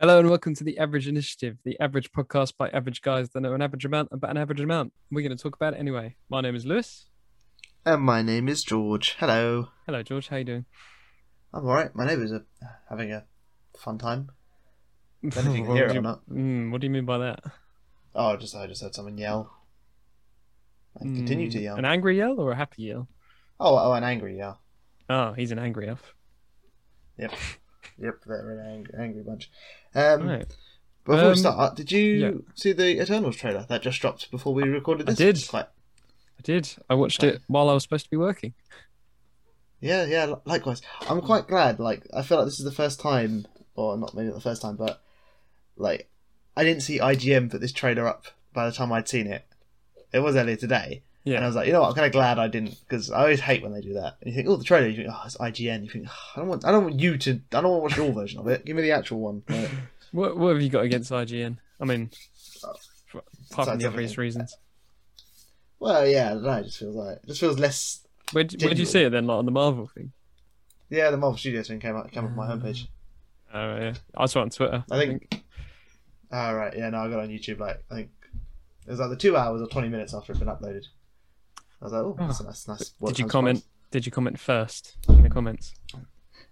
Hello and welcome to the Average Initiative, the average podcast by average guys that know an average amount about an average amount. We're going to talk about it anyway. My name is Lewis. And my name is George. Hello. Hello, George. How you doing? I'm alright. My neighbours are having a fun time. Don't know if you can What hear do it or you- not. Mm, what do you mean by that? Oh, I just I just heard someone yell. And continue to Mm, yell. An angry yell or a happy yell? Oh, oh, an angry yell. Oh, he's an angry elf. Yep. Yep, they're an angry, angry bunch. Um, Right. Before Um, we start, did you see the Eternals trailer that just dropped before we recorded I this? did. It's Quite... I did. I watched it while I was supposed to be working. Yeah, yeah. li- Likewise, I'm quite glad. Like, I feel like this is the first time, or not maybe not the first time, but like, I didn't see IGM put this trailer up by the time I'd seen it. It was earlier today, And I Yeah. was like, you know what? I'm kind of glad I didn't because I always hate when they do that. And you think, oh, the trailer. You think, oh, it's IGN. You think, "Oh, I don't want, I don't want you to, I don't want to watch your version of it. Give me the actual one. Like, What, what have you got against IGN? I mean, Oh. f- apart from Sounds the obvious everything. reasons. well, yeah, I don't know. It just feels like it just feels less. Where d- where did you Genuine. see it then? Like on the Marvel thing? Yeah, the Marvel Studios thing came up came up on my homepage. Oh, yeah. I saw it on Twitter. I think. All Ah, right, yeah, no, I got it on YouTube. Like, I think it was like the two hours or twenty minutes after it'd been uploaded. I was like, oh, that's a nice, nice. Did you nice comment? Did you comment first in the comments? price.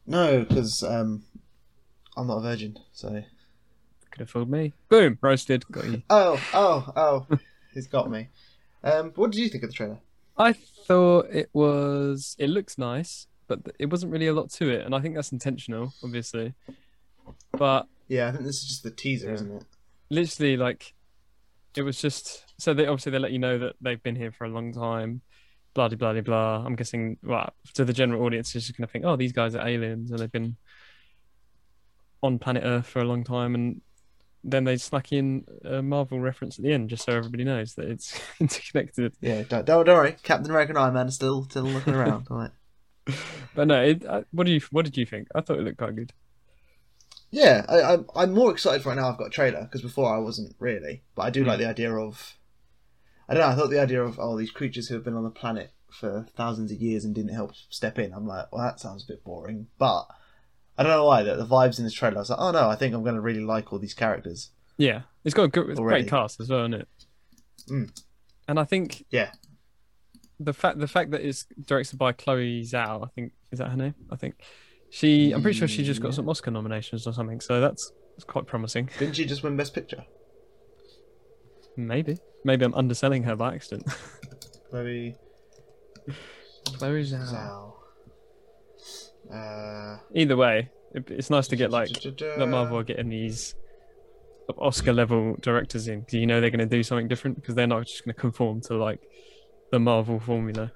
No, because um, I'm not a virgin, so. Could have fooled me. Boom, roasted. Got you. Oh, oh, oh, he's got me. Um, what did you think of the trailer? I thought it was. It looks nice, but th- it wasn't really a lot to it, and I think that's intentional, obviously. But Yeah, I think this is just the teaser, Yeah. isn't it? literally, like, it was just. So they obviously they let you know that they've been here for a long time. Blah de blah de blah. I'm guessing. Well, to the general audience, it's just gonna think, oh, these guys are aliens, and they've been on planet Earth for a long time, and then they snuck in a Marvel reference at the end, just so everybody knows that it's interconnected. Yeah, don't, don't, don't worry. Captain America and Iron Man are still still looking around. all right. But no, it, I, what do you what did you think? I thought it looked quite good. Yeah, I, I'm I'm more excited right now. I've got a trailer because before I wasn't really, but I do Mm. like the idea of. I don't know. I thought the idea of oh these creatures who have been on the planet for thousands of years and didn't help step in. I'm like, well, that sounds a bit boring, but I don't know why that the vibes in this trailer. I was like, oh no, I think I'm going to really like all these characters. Yeah, it's got a good, it's a Already. great cast as well, isn't it? Mm. And I think Yeah. the fact the fact that it's directed by Chloe Zhao, I think is that her name? I think she. I'm pretty sure she just got Yeah. some Oscar nominations or something. So that's that's quite promising. Didn't she just win Best Picture? Maybe maybe I'm underselling her by accident. Maybe Chloe Zhao. Zhao. Uh, Either way, it, it's nice to get like that Marvel are da-da-da. getting these Oscar level directors in 'cause you know they're going to do something different because they're not just going to conform to like the Marvel formula.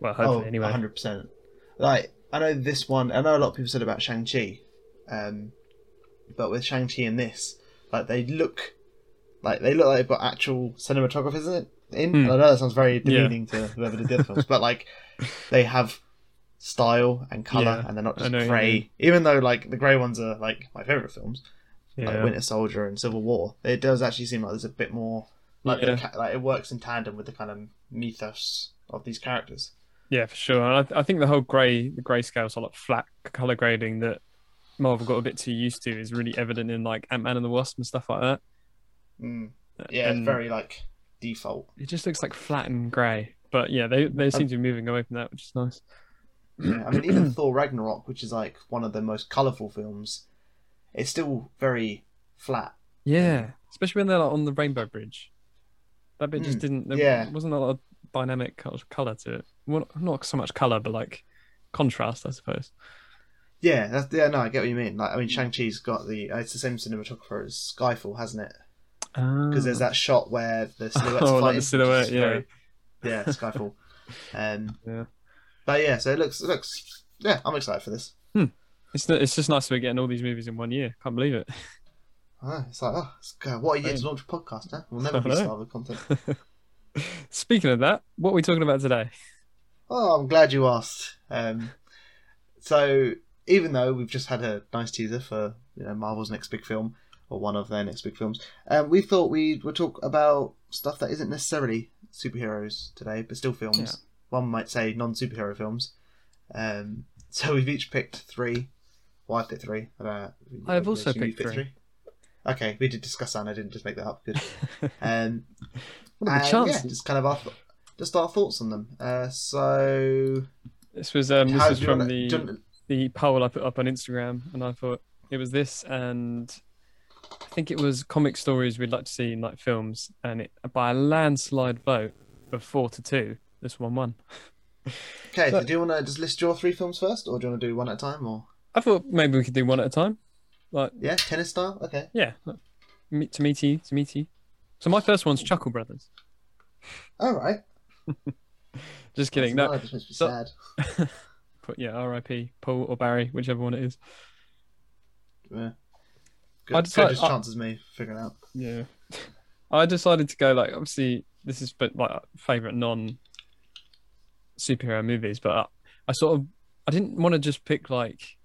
Well, hopefully, oh, anyway. 100%. Like, I know this one, I know a lot of people said about Shang-Chi, um, but with Shang-Chi and this, like, they look like they look like they've got actual cinematographers in it. In. Hmm. And I know that sounds very Yeah. demeaning to whoever did the other films, but like, they have style and color, Yeah, and they're not I just know what you mean. grey. Even though, like, the grey ones are, like, my favourite films, like Yeah. Winter Soldier and Civil War, it does actually seem like there's a bit more, like, Yeah. the ca- like it works in tandem with the kind of mythos of these characters. yeah, for sure. And I, th- I think the whole grey, the grayscales, or like flat color grading that Marvel got a bit too used to is really evident in like Ant Man and the Wasp and stuff like that. Mm. Yeah, it's Uh, And very like default. It just looks like flat and grey. But yeah, they Um, they seem to be moving away from that, which is nice. Yeah, I mean, even Thor Ragnarok, which is like one of the most colourful films, it's still very flat. Yeah, especially when they're like, on the Rainbow Bridge. That bit just Mm, didn't. There yeah. wasn't a lot of dynamic col- color to it. Well, not so much color, but like contrast, I suppose. Yeah, that's yeah. No, I get what you mean. Like, I Mm. mean, Shang Chi's got the. uh, It's the same cinematographer as Skyfall, hasn't it? Because there's that shot where the silhouettes Mm. Oh, like fighting. the which is silhouette, yeah. very- yeah, Skyfall. um, Yeah. but yeah, so it looks, it looks. Yeah, I'm excited for this. It's it's just nice we're getting all these movies in one year. Can't believe it. Ah, it's like, oh, it's, God, what a year to launch a podcast, huh? We'll never I be know. starved of content. Speaking of that, what are we talking about today? Oh, I'm glad you asked. Um, so, even though we've just had a nice teaser for you know Marvel's next big film or one of their next big films, um, we thought we would talk about stuff that isn't necessarily superheroes today, but still films. Yeah. One might say non-superhero films. Um, so we've each picked three Well, I picked three. I don't know. I have You also picked picked three. Okay, we did discuss that. and I didn't just make that up. Good. Um, What are the and chances? Yeah, just kind of our th- just our thoughts on them. Uh, so This was um, this how was do you from wanna- the do you wanna- the poll I put up on Instagram, and I thought it was this, and I think it was comic stories we'd like to see in like films, and it by a landslide vote of four to two, this one won. okay, so do you want to just list your three films first, or do you want to do one at a time, or I thought maybe we could do one at a time. yeah, tennis style? Okay. Yeah, Me- to meet you, to meet you. So my first one's Chuckle Brothers. All right. Just kidding. That's- No, that just makes me So- sad. put yeah, R.I.P. Paul or Barry, whichever one it is. Yeah. I Good, just good like- as I- chances me figuring out. Yeah. I decided to go like obviously this is but like favorite non superhero movies, but I, I sort of I didn't want to just pick like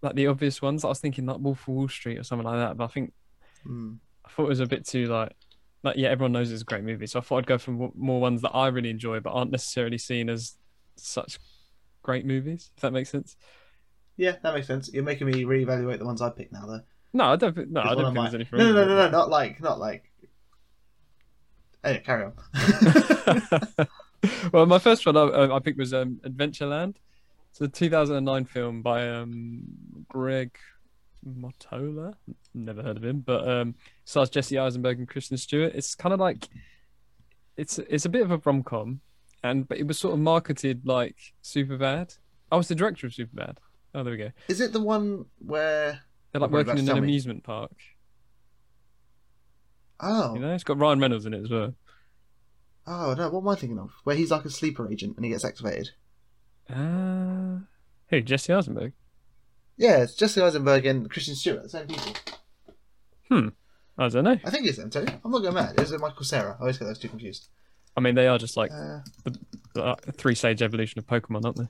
like the obvious ones. I was thinking like Wolf of Wall Street or something like that, but I think Hmm. I thought it was a bit too like like yeah, everyone knows it's a great movie, so I thought I'd go for mo- more ones that I really enjoy but aren't necessarily seen as such great movies. If that makes sense. Yeah, that makes sense. You're making me reevaluate the ones I picked now, though. No, I don't. thi- No, I Because one don't of think my- there's anything. no, wrong no, with no, it. no, not like, not like. Anyway, carry on. well, my first one I, I picked was um, Adventureland. It's a 2009 film by um, Greg Motola. Never heard of him, but um, stars Jesse Eisenberg and Kristen Stewart. It's kind of like it's it's a bit of a rom com, and but it was sort of marketed like Superbad. I was the director of Superbad. Oh, there we go. Is it the one where? They're like What about working in an Tell Me? amusement park. Oh, You know, it's got Ryan Reynolds in it as well. oh no! What am I thinking of? Where he's like a sleeper agent and he gets activated. Uh, who? Jesse Eisenberg. Yeah, it's Jesse Eisenberg and Christian Stewart, the same people. I don't know. I think it's them too. I'm not going mad. Is it Michael Sarah? I always get those two confused. I mean, they are just like Uh, uh, three stage evolution of Pokemon, aren't they?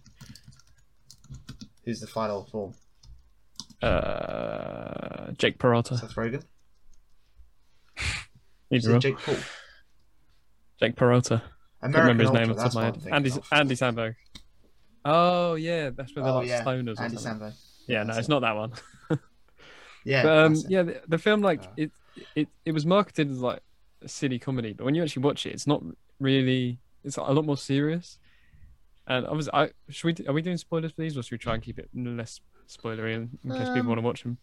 who's the final form? Uh, Jake Peralta. Seth Rogen. Is Either it or. Jake... Jake Paul? Peralta. I don't American remember his Ultra, name off the top that's of my what I'm head. thinking Andy, of. Andy Sandberg. Oh, yeah. That's where they're Oh, like yeah, stoners or Andy something. Samberg. Yeah, no, that's it's it. not that one. Yeah, But um, that's it. yeah, the, the film, like, Uh. it, it, it was marketed as like a silly comedy, but when you actually watch it, it's not really, it's a lot more serious. And I was, I should we, do- are we doing spoilers for these, or should we try and keep it less spoilery in, in case people Um, want to watch them?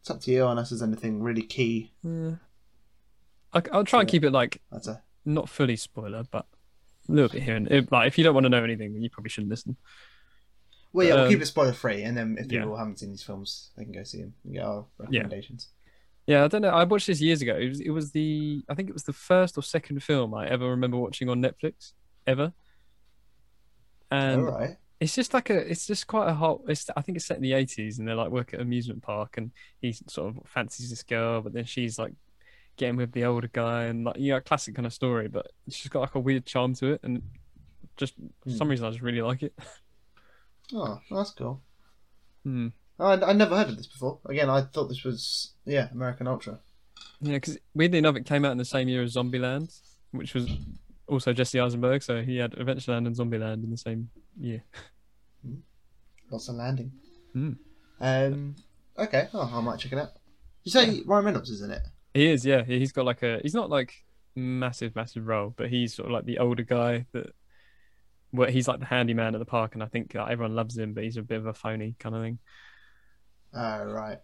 It's up to you unless there's anything really key. Yeah. I, I'll try and Yeah. keep it like That's a not fully spoiler, but a little bit here and if, like if you don't want to know anything, then you probably shouldn't listen. well, yeah. We'll Um, keep it spoiler free, and then if yeah. people haven't seen these films, they can go see them and get our Yeah. recommendations. Yeah, I don't know. I watched this years ago. It was it was the I think it was the first or second film I ever remember watching on Netflix ever. And All right. it's just like a it's just quite a hot. It's I think it's set in the eighties, and they like work at an amusement park, and he sort of fancies this girl, but then she's like getting with the older guy, and like you know, classic kind of story. But it's just got like a weird charm to it, and just for some reason I just really like it. Oh, that's cool. Hmm. I I never heard of this before. Again, I thought this was yeah American Ultra. Yeah, because weirdly enough, it came out in the same year as Zombieland, which was also Jesse Eisenberg, so he had Adventureland and Zombieland in the same year. Lots of landing. Hmm. Um. Okay. Oh, I might check it out. You say Ryan Reynolds is in it. He is, yeah. he- He's got like a. He's not like massive, massive role, but he's sort of like the older guy that. Well, he's like the handyman at the park, and I think like, everyone loves him, but he's a bit of a phony kind of thing. Oh, right.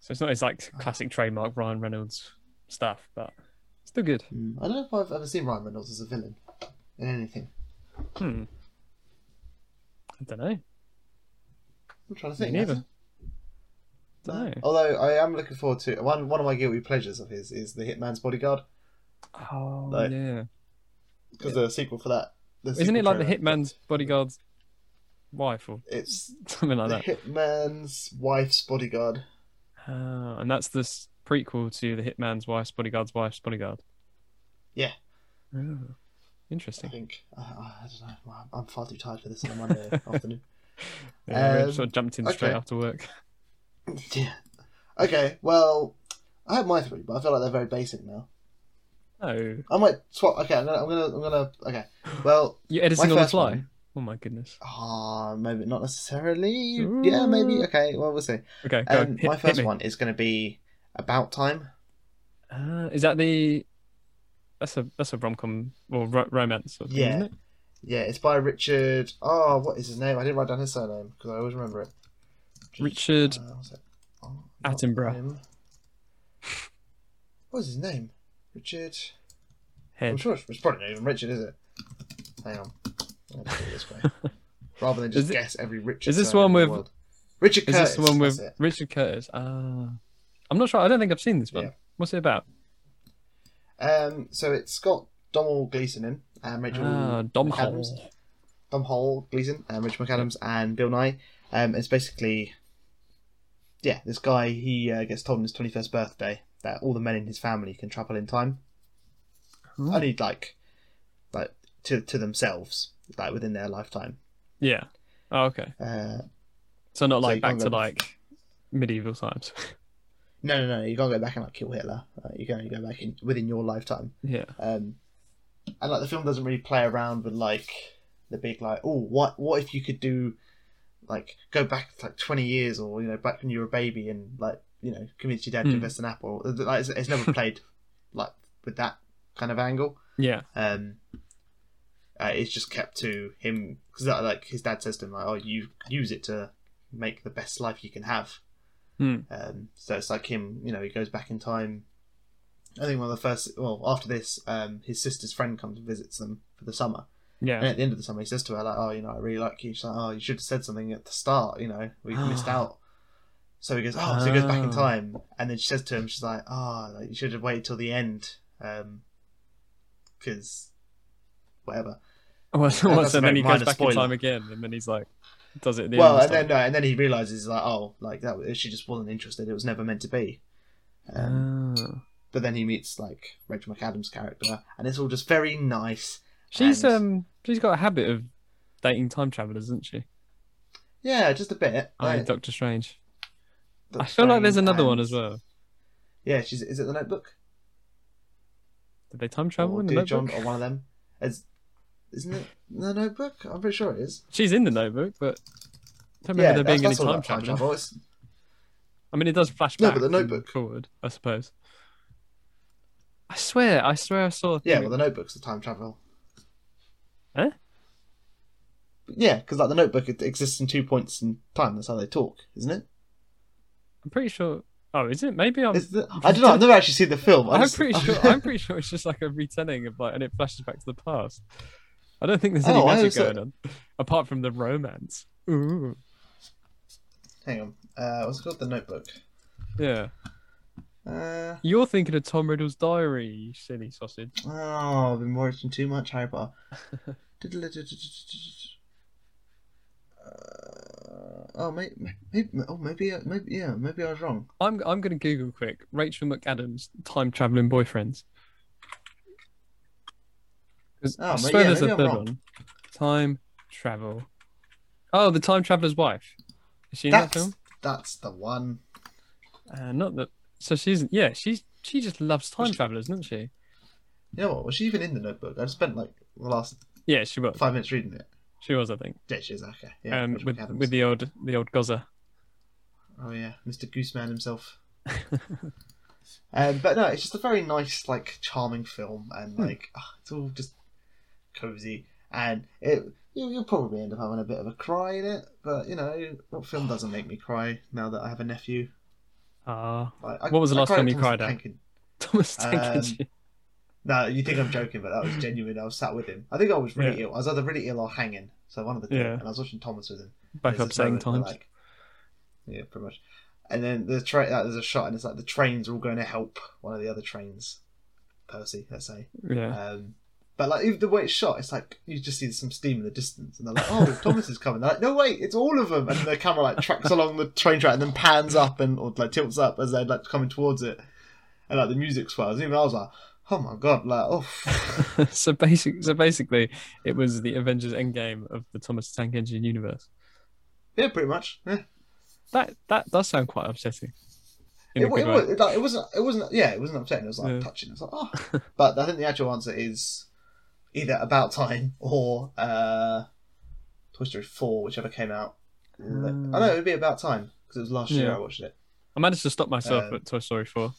So it's not his like Ah. classic trademark Ryan Reynolds stuff, but still good. Hmm. I don't know if I've ever seen Ryan Reynolds as a villain in anything. Hmm. I don't know. I'm trying to Me think. Oh, neither. actually. Don't know. Although I am looking forward to one. One of my guilty pleasures of his is the Hitman's Bodyguard Oh Like, yeah. because the sequel for that. the Isn't sequel it like the trailer- hitman's bodyguard's wife or It's something like the that? hitman's wife's bodyguard. Ah, and that's the s- prequel to the hitman's wife's bodyguard's wife's bodyguard. Yeah. Oh, I interesting. think I, I don't know. I'm- I'm far too tired for this on a Monday afternoon. Yeah, we Um, sort of jumped in straight okay. after work. Yeah. Okay. Well, I have my three, but I feel like they're very basic now. Oh, I might swap. Okay. I'm gonna. I'm gonna. I'm gonna okay. Well, you my editing on the first fly? one- Oh my goodness. Ah, maybe not necessarily. Yeah, maybe. Okay, well, we'll see. Okay, go on. Um, Hit- my hit first me. one is going to be About Time. Uh, is that the? That's a that's a rom com or ro- romance. Sort of thing, Yeah. isn't it? Yeah, it's by Richard. Oh, what is his name? I didn't write down his surname because I always remember it. Richard Uh, what's it? Oh, not Attenborough. him. What was his name? Richard. I'm Head. sure it's, it's probably not even Richard, is it? Hang on. I'll do it this way. Rather than just Is it- guess every Richard. is this surname one in with- the world. Richard Is this Curtis? the one with that's it. Richard Curtis? Ah, I'm not sure. I don't think I've seen this one. Yeah. What's it about? Um, so it's got Donald Gleason in, and Rachel Ah, Dom McAdams. Hall. Tom Hall, Gleason, um, Rich McAdams, and Bill Nye. Um, it's basically, yeah, this guy he uh, gets told on his twenty first birthday that all the men in his family can travel in time. Hmm. Only like, like to to themselves, like within their lifetime. Yeah. Oh, okay. Uh, So not So like you back can't to go bef- like medieval times. no, no, no, you can't go back and like kill Hitler. Uh, you can only go back in within your lifetime. yeah. Um, and like the film doesn't really play around with like the big like, oh, what what if you could do, like go back like twenty years or you know back when you were a baby and like you know convince your dad Hmm. to invest in Apple. Like it's, it's never played like with that kind of angle. Yeah. Um, uh, it's just kept to him because like his dad says to him like, oh, you use it to make the best life you can have. Hmm. Um, so it's like him, you know, he goes back in time. I think one of the first, well, after this, um, his sister's friend comes and visits them for the summer. And Yeah. at the end of the summer, he says to her, like, oh, you know, I really like you. She's like, oh, you should have said something at the start, you know, we've missed out. So he goes, oh, so he goes back in Ah. Oh. time. And then she says to him, she's like, oh, like, you should have waited till the end. Because, whatever. Well, well, that's so a then very he goes minor back spoiler. in time again, and then he's like, does it? at the well, and end then, no, and then he realizes, like, oh, like, that was- she just wasn't interested. It was never meant to be. Um, and stuff? Ah. but then he meets like Rachel McAdams' character, and it's all just very nice. She's and- um she's got a habit of dating time travelers, isn't she? yeah, just a bit. I like, Doctor Strange. the I feel like there's frame another one and- as well. Yeah, she's is it the Notebook Did they time travel or in the Oh, Dear John notebook? or one of them? Is isn't it the Notebook? I'm pretty sure it is. She's in the notebook, but I don't remember yeah, there that's, being any that's all time about time traveling. travel. It's- I mean, it does flash No, back. but the and Notebook. forward, I suppose. I swear, I swear, I saw. a yeah, thing- well, the Notebook's the time travel. Hmm. Huh? Yeah, because like the Notebook, it exists in two points in time. That's how they talk, isn't it? I'm pretty sure. Oh, is it? Maybe I'm. Is the- I don't know. I've never actually seen the film. I'm just- pretty sure. I'm pretty sure it's just like a retelling of like, and it flashes back to the past. I don't think there's any Oh, I magic also- going on, apart from the romance. Ooh, Hang on. Uh, what's it called? The Notebook. yeah. Uh, You're thinking of Tom Riddle's diary, you silly sausage. Oh, I've been watching too much Harry Potter. uh, oh, maybe, maybe, oh, maybe, maybe, yeah, maybe I was wrong. I'm I'm gonna Google quick. Rachel McAdams time traveling boyfriends. 'Cause I Oh, mate, swear yeah, there's a maybe I'm third wrong. one. Time travel. Oh, the time traveler's wife. Is she in that That's film? that's the one. Uh, not that. So she's yeah. She's she just loves time travelers, doesn't she? You know what? Was she even in the Notebook? I just spent like the last Yeah, she was. five minutes reading it. She was, I think. Yeah, she is okay. Yeah, um, Rachel with McAdams. with the old the old Gozer. Oh yeah, Mr. Gooseman himself. um, but no, it's just a very nice, like, charming film, Hmm. and like, ah, it's all just cozy, and it. You, you'll probably end up having a bit of a cry in it, but you know, what film doesn't make me cry now that I have a nephew? Ah, Like, I, What was the I last cried film at you Thomas cried the at? Tank Engine. Thomas Tank Um, Engine. No, you think I'm joking, but that was genuine. I was sat with him. I think I was really ill. I was either really ill or hanging, so one of the two. Yeah. And I was watching Thomas with him. Back There's up this saying moment where, times. like- yeah, pretty much. And then the train, like, there's a shot, and it's like the trains are all going to help one of the other trains, Percy, let's say. yeah. Um, but like even the way it's shot, it's like you just see some steam in the distance, and they're like, "Oh, Thomas is coming." They're like, "No, wait, it's all of them." And the camera like tracks along the train track and then pans up and or like tilts up as they're like coming towards it, and like the music swells. Even I was like, "Oh my god!" Like, oh, so basic. So basically, it was the Avengers Endgame of the Thomas the Tank Engine universe. yeah, pretty much. Yeah. That that does sound quite upsetting. In it, a wa- good it, way. was, it, like, it wasn't. It wasn't. Yeah, it wasn't upsetting. It was like Yeah. touching. It's like oh, but I think the actual answer is either about time or uh, Toy Story Four, whichever came out. Ah. I know it'd be about time because it was last year Yeah. I watched it. I managed to stop myself Um, at Toy Story 4.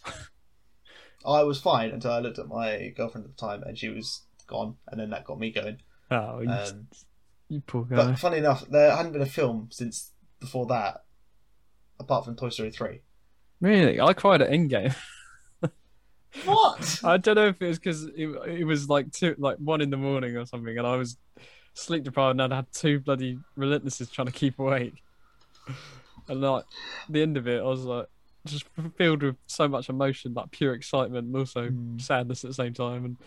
I was fine until I looked at my girlfriend at the time and she was gone, and then that got me going. Oh, you, uh, Um, you poor guy. But funny enough, there hadn't been a film since before that, apart from Toy Story Three. really? I cried at Endgame. What? I don't know if it was because it, it was like two, like one in the morning or something, and I was sleep deprived, and I'd had two bloody relentlesses trying to keep awake. And like the end of it, I was like just filled with so much emotion, like pure excitement, and also Mm. sadness at the same time. And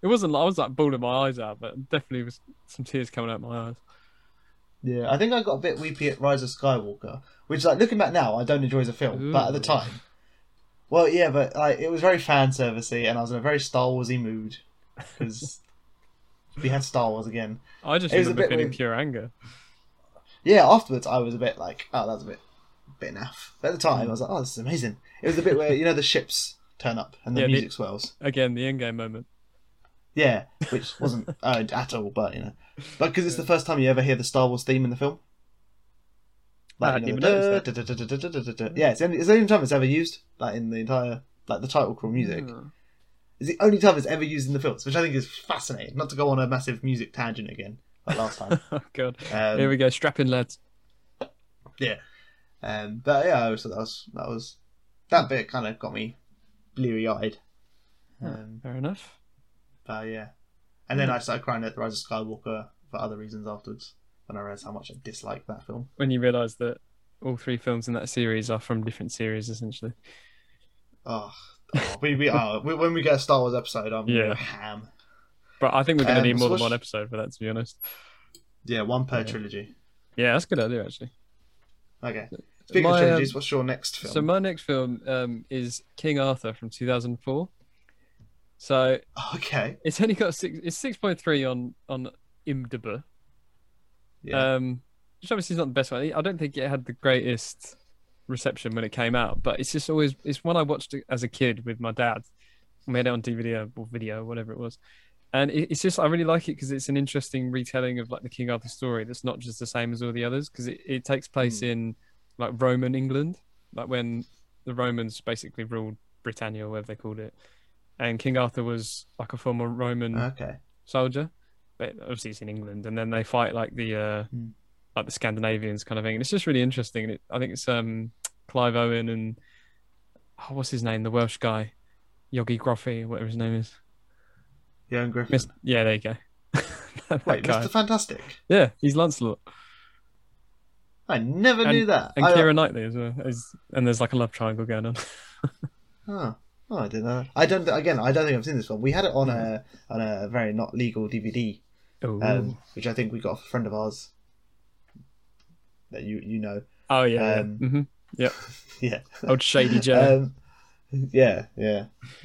it wasn't like I was like bawling my eyes out, but definitely was some tears coming out my eyes. Yeah, I think I got a bit weepy at Rise of Skywalker, which, like, looking back now, I don't enjoy as a film, but at the Ooh. time, well, yeah, but like, it was very fan servicey, and I was in a very Star Warsy mood because we had Star Wars again. I just It was a remember bit feeling weird. pure anger. Yeah, afterwards, I was a bit like, oh, that's a bit, bit naff. But at the time, I was like, oh, this is amazing. It was a bit where you know the ships turn up and the Yeah, the- music swells. Again, the endgame moment. Yeah, which wasn't owned at all, but you know, but because it's the first time you ever hear the Star Wars theme in the film. I Like, hadn't you even know, noticed Mm. the da- da- da- da- da- da- da- da- da- yeah, it's the, only, it's the only time it's ever used, like in the entire, like the title crawl music. Mm. It's the only time it's ever used in the films, which I think is fascinating. Not to go on a massive music tangent again, like last time. oh god, here Um, we go, strapping lads. um, but yeah, I always thought that was that was Mm. that bit kind of got me bleary eyed. Hmm. Um, Fair enough. but uh, yeah, and Mm. then I started crying at the Rise of Skywalker for other reasons afterwards when I realized how much I disliked that film. when you realise that all three films in that series are from different series, essentially. Oh, oh, we, we are. We, when we get a Star Wars episode, I'm Yeah. yeah. ham. But I think we're going to Um, need more so than what's- one episode for that, to be honest. Yeah, one per Yeah. trilogy. Yeah, that's a good idea, actually. Okay. Speaking My, um, of trilogies, what's your next film? So my next film um, is King Arthur from 2004. So okay. it's only got six. It's 6.3 on on IMDb. Yeah. Um, which obviously is not the best one. I don't think it had the greatest reception when it came out, but it's just always it's one I watched as a kid with my dad. We had it on DVD or video, whatever it was, and it, it's just I really like it because it's an interesting retelling of like the King Arthur story that's not just the same as all the others because it, it takes place in like Roman England, like when the Romans basically ruled Britannia or whatever they called it, and King Arthur was like a former Roman okay. soldier. But obviously it's in England, and then they fight like the uh, Hmm. like the Scandinavians kind of thing. And it's just really interesting. And it, I think it's um Clive Owen and oh, what's his name, the Welsh guy, Yogi Groffey, whatever his name is. Johan Griffin. Mis- yeah, there you go. that Wait, guy. Mr. Fantastic. Yeah, he's Lancelot I never knew that. and I, uh, Kira Knightley as well. Is, and there's like a love triangle going on. oh, oh, I didn't know. I don't. Again, I don't think I've seen this film. We had it on a on a very not legal DVD, Mm. Ooh. um, which I think we got off a friend of ours that you you know. oh yeah, um, yeah. hmm Yeah. old Shady Joe. Um, yeah. Yeah.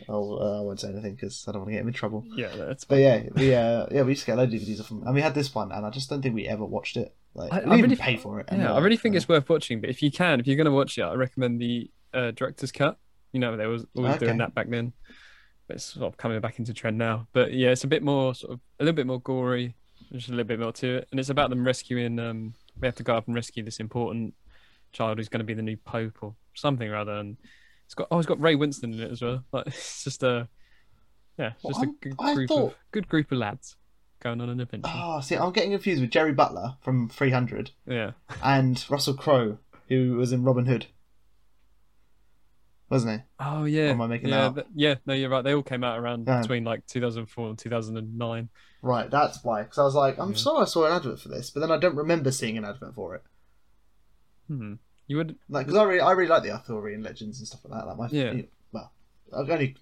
I'll, uh, I won't say anything because I don't want to get him in trouble. yeah, that's. But yeah, we uh, yeah we used to get a load of DVDs off them, and we had this one, and I just don't think we ever watched it. Like, I- I, I we didn't really- pay for it. and, Yeah, I uh, really think uh, it's worth watching. But if you can, if you're going to watch it, I recommend the uh, director's cut. You know, they was always doing Okay. that back then, but it's sort of coming back into trend now. But yeah, it's a bit more sort of a little bit more gory, just a little bit more to it, and it's about them rescuing. Um, they have to go up and rescue this important child who's going to be the new pope or something rather, and it's got oh, it's got Ray Winston in it as well. Like it's just a yeah, it's Well, just a I'm- good I group of thought- good group of lads going on an adventure. Oh, see, I'm getting confused with Jerry Butler from 300 yeah, and Russell Crowe, who was in Robin Hood, wasn't Oh yeah. am I making yeah, that up? th- yeah, no, you're right. They all came out around Yeah. between like 2004 and 2009. he? Right, that's why. Because I was like, I'm Yeah. sorry, I saw an advert for this, but then I don't remember seeing an advert for it. Hmm. You would. Like, because I really, I really like the Arthurian legends and stuff like that. Like my, Yeah. well, I've only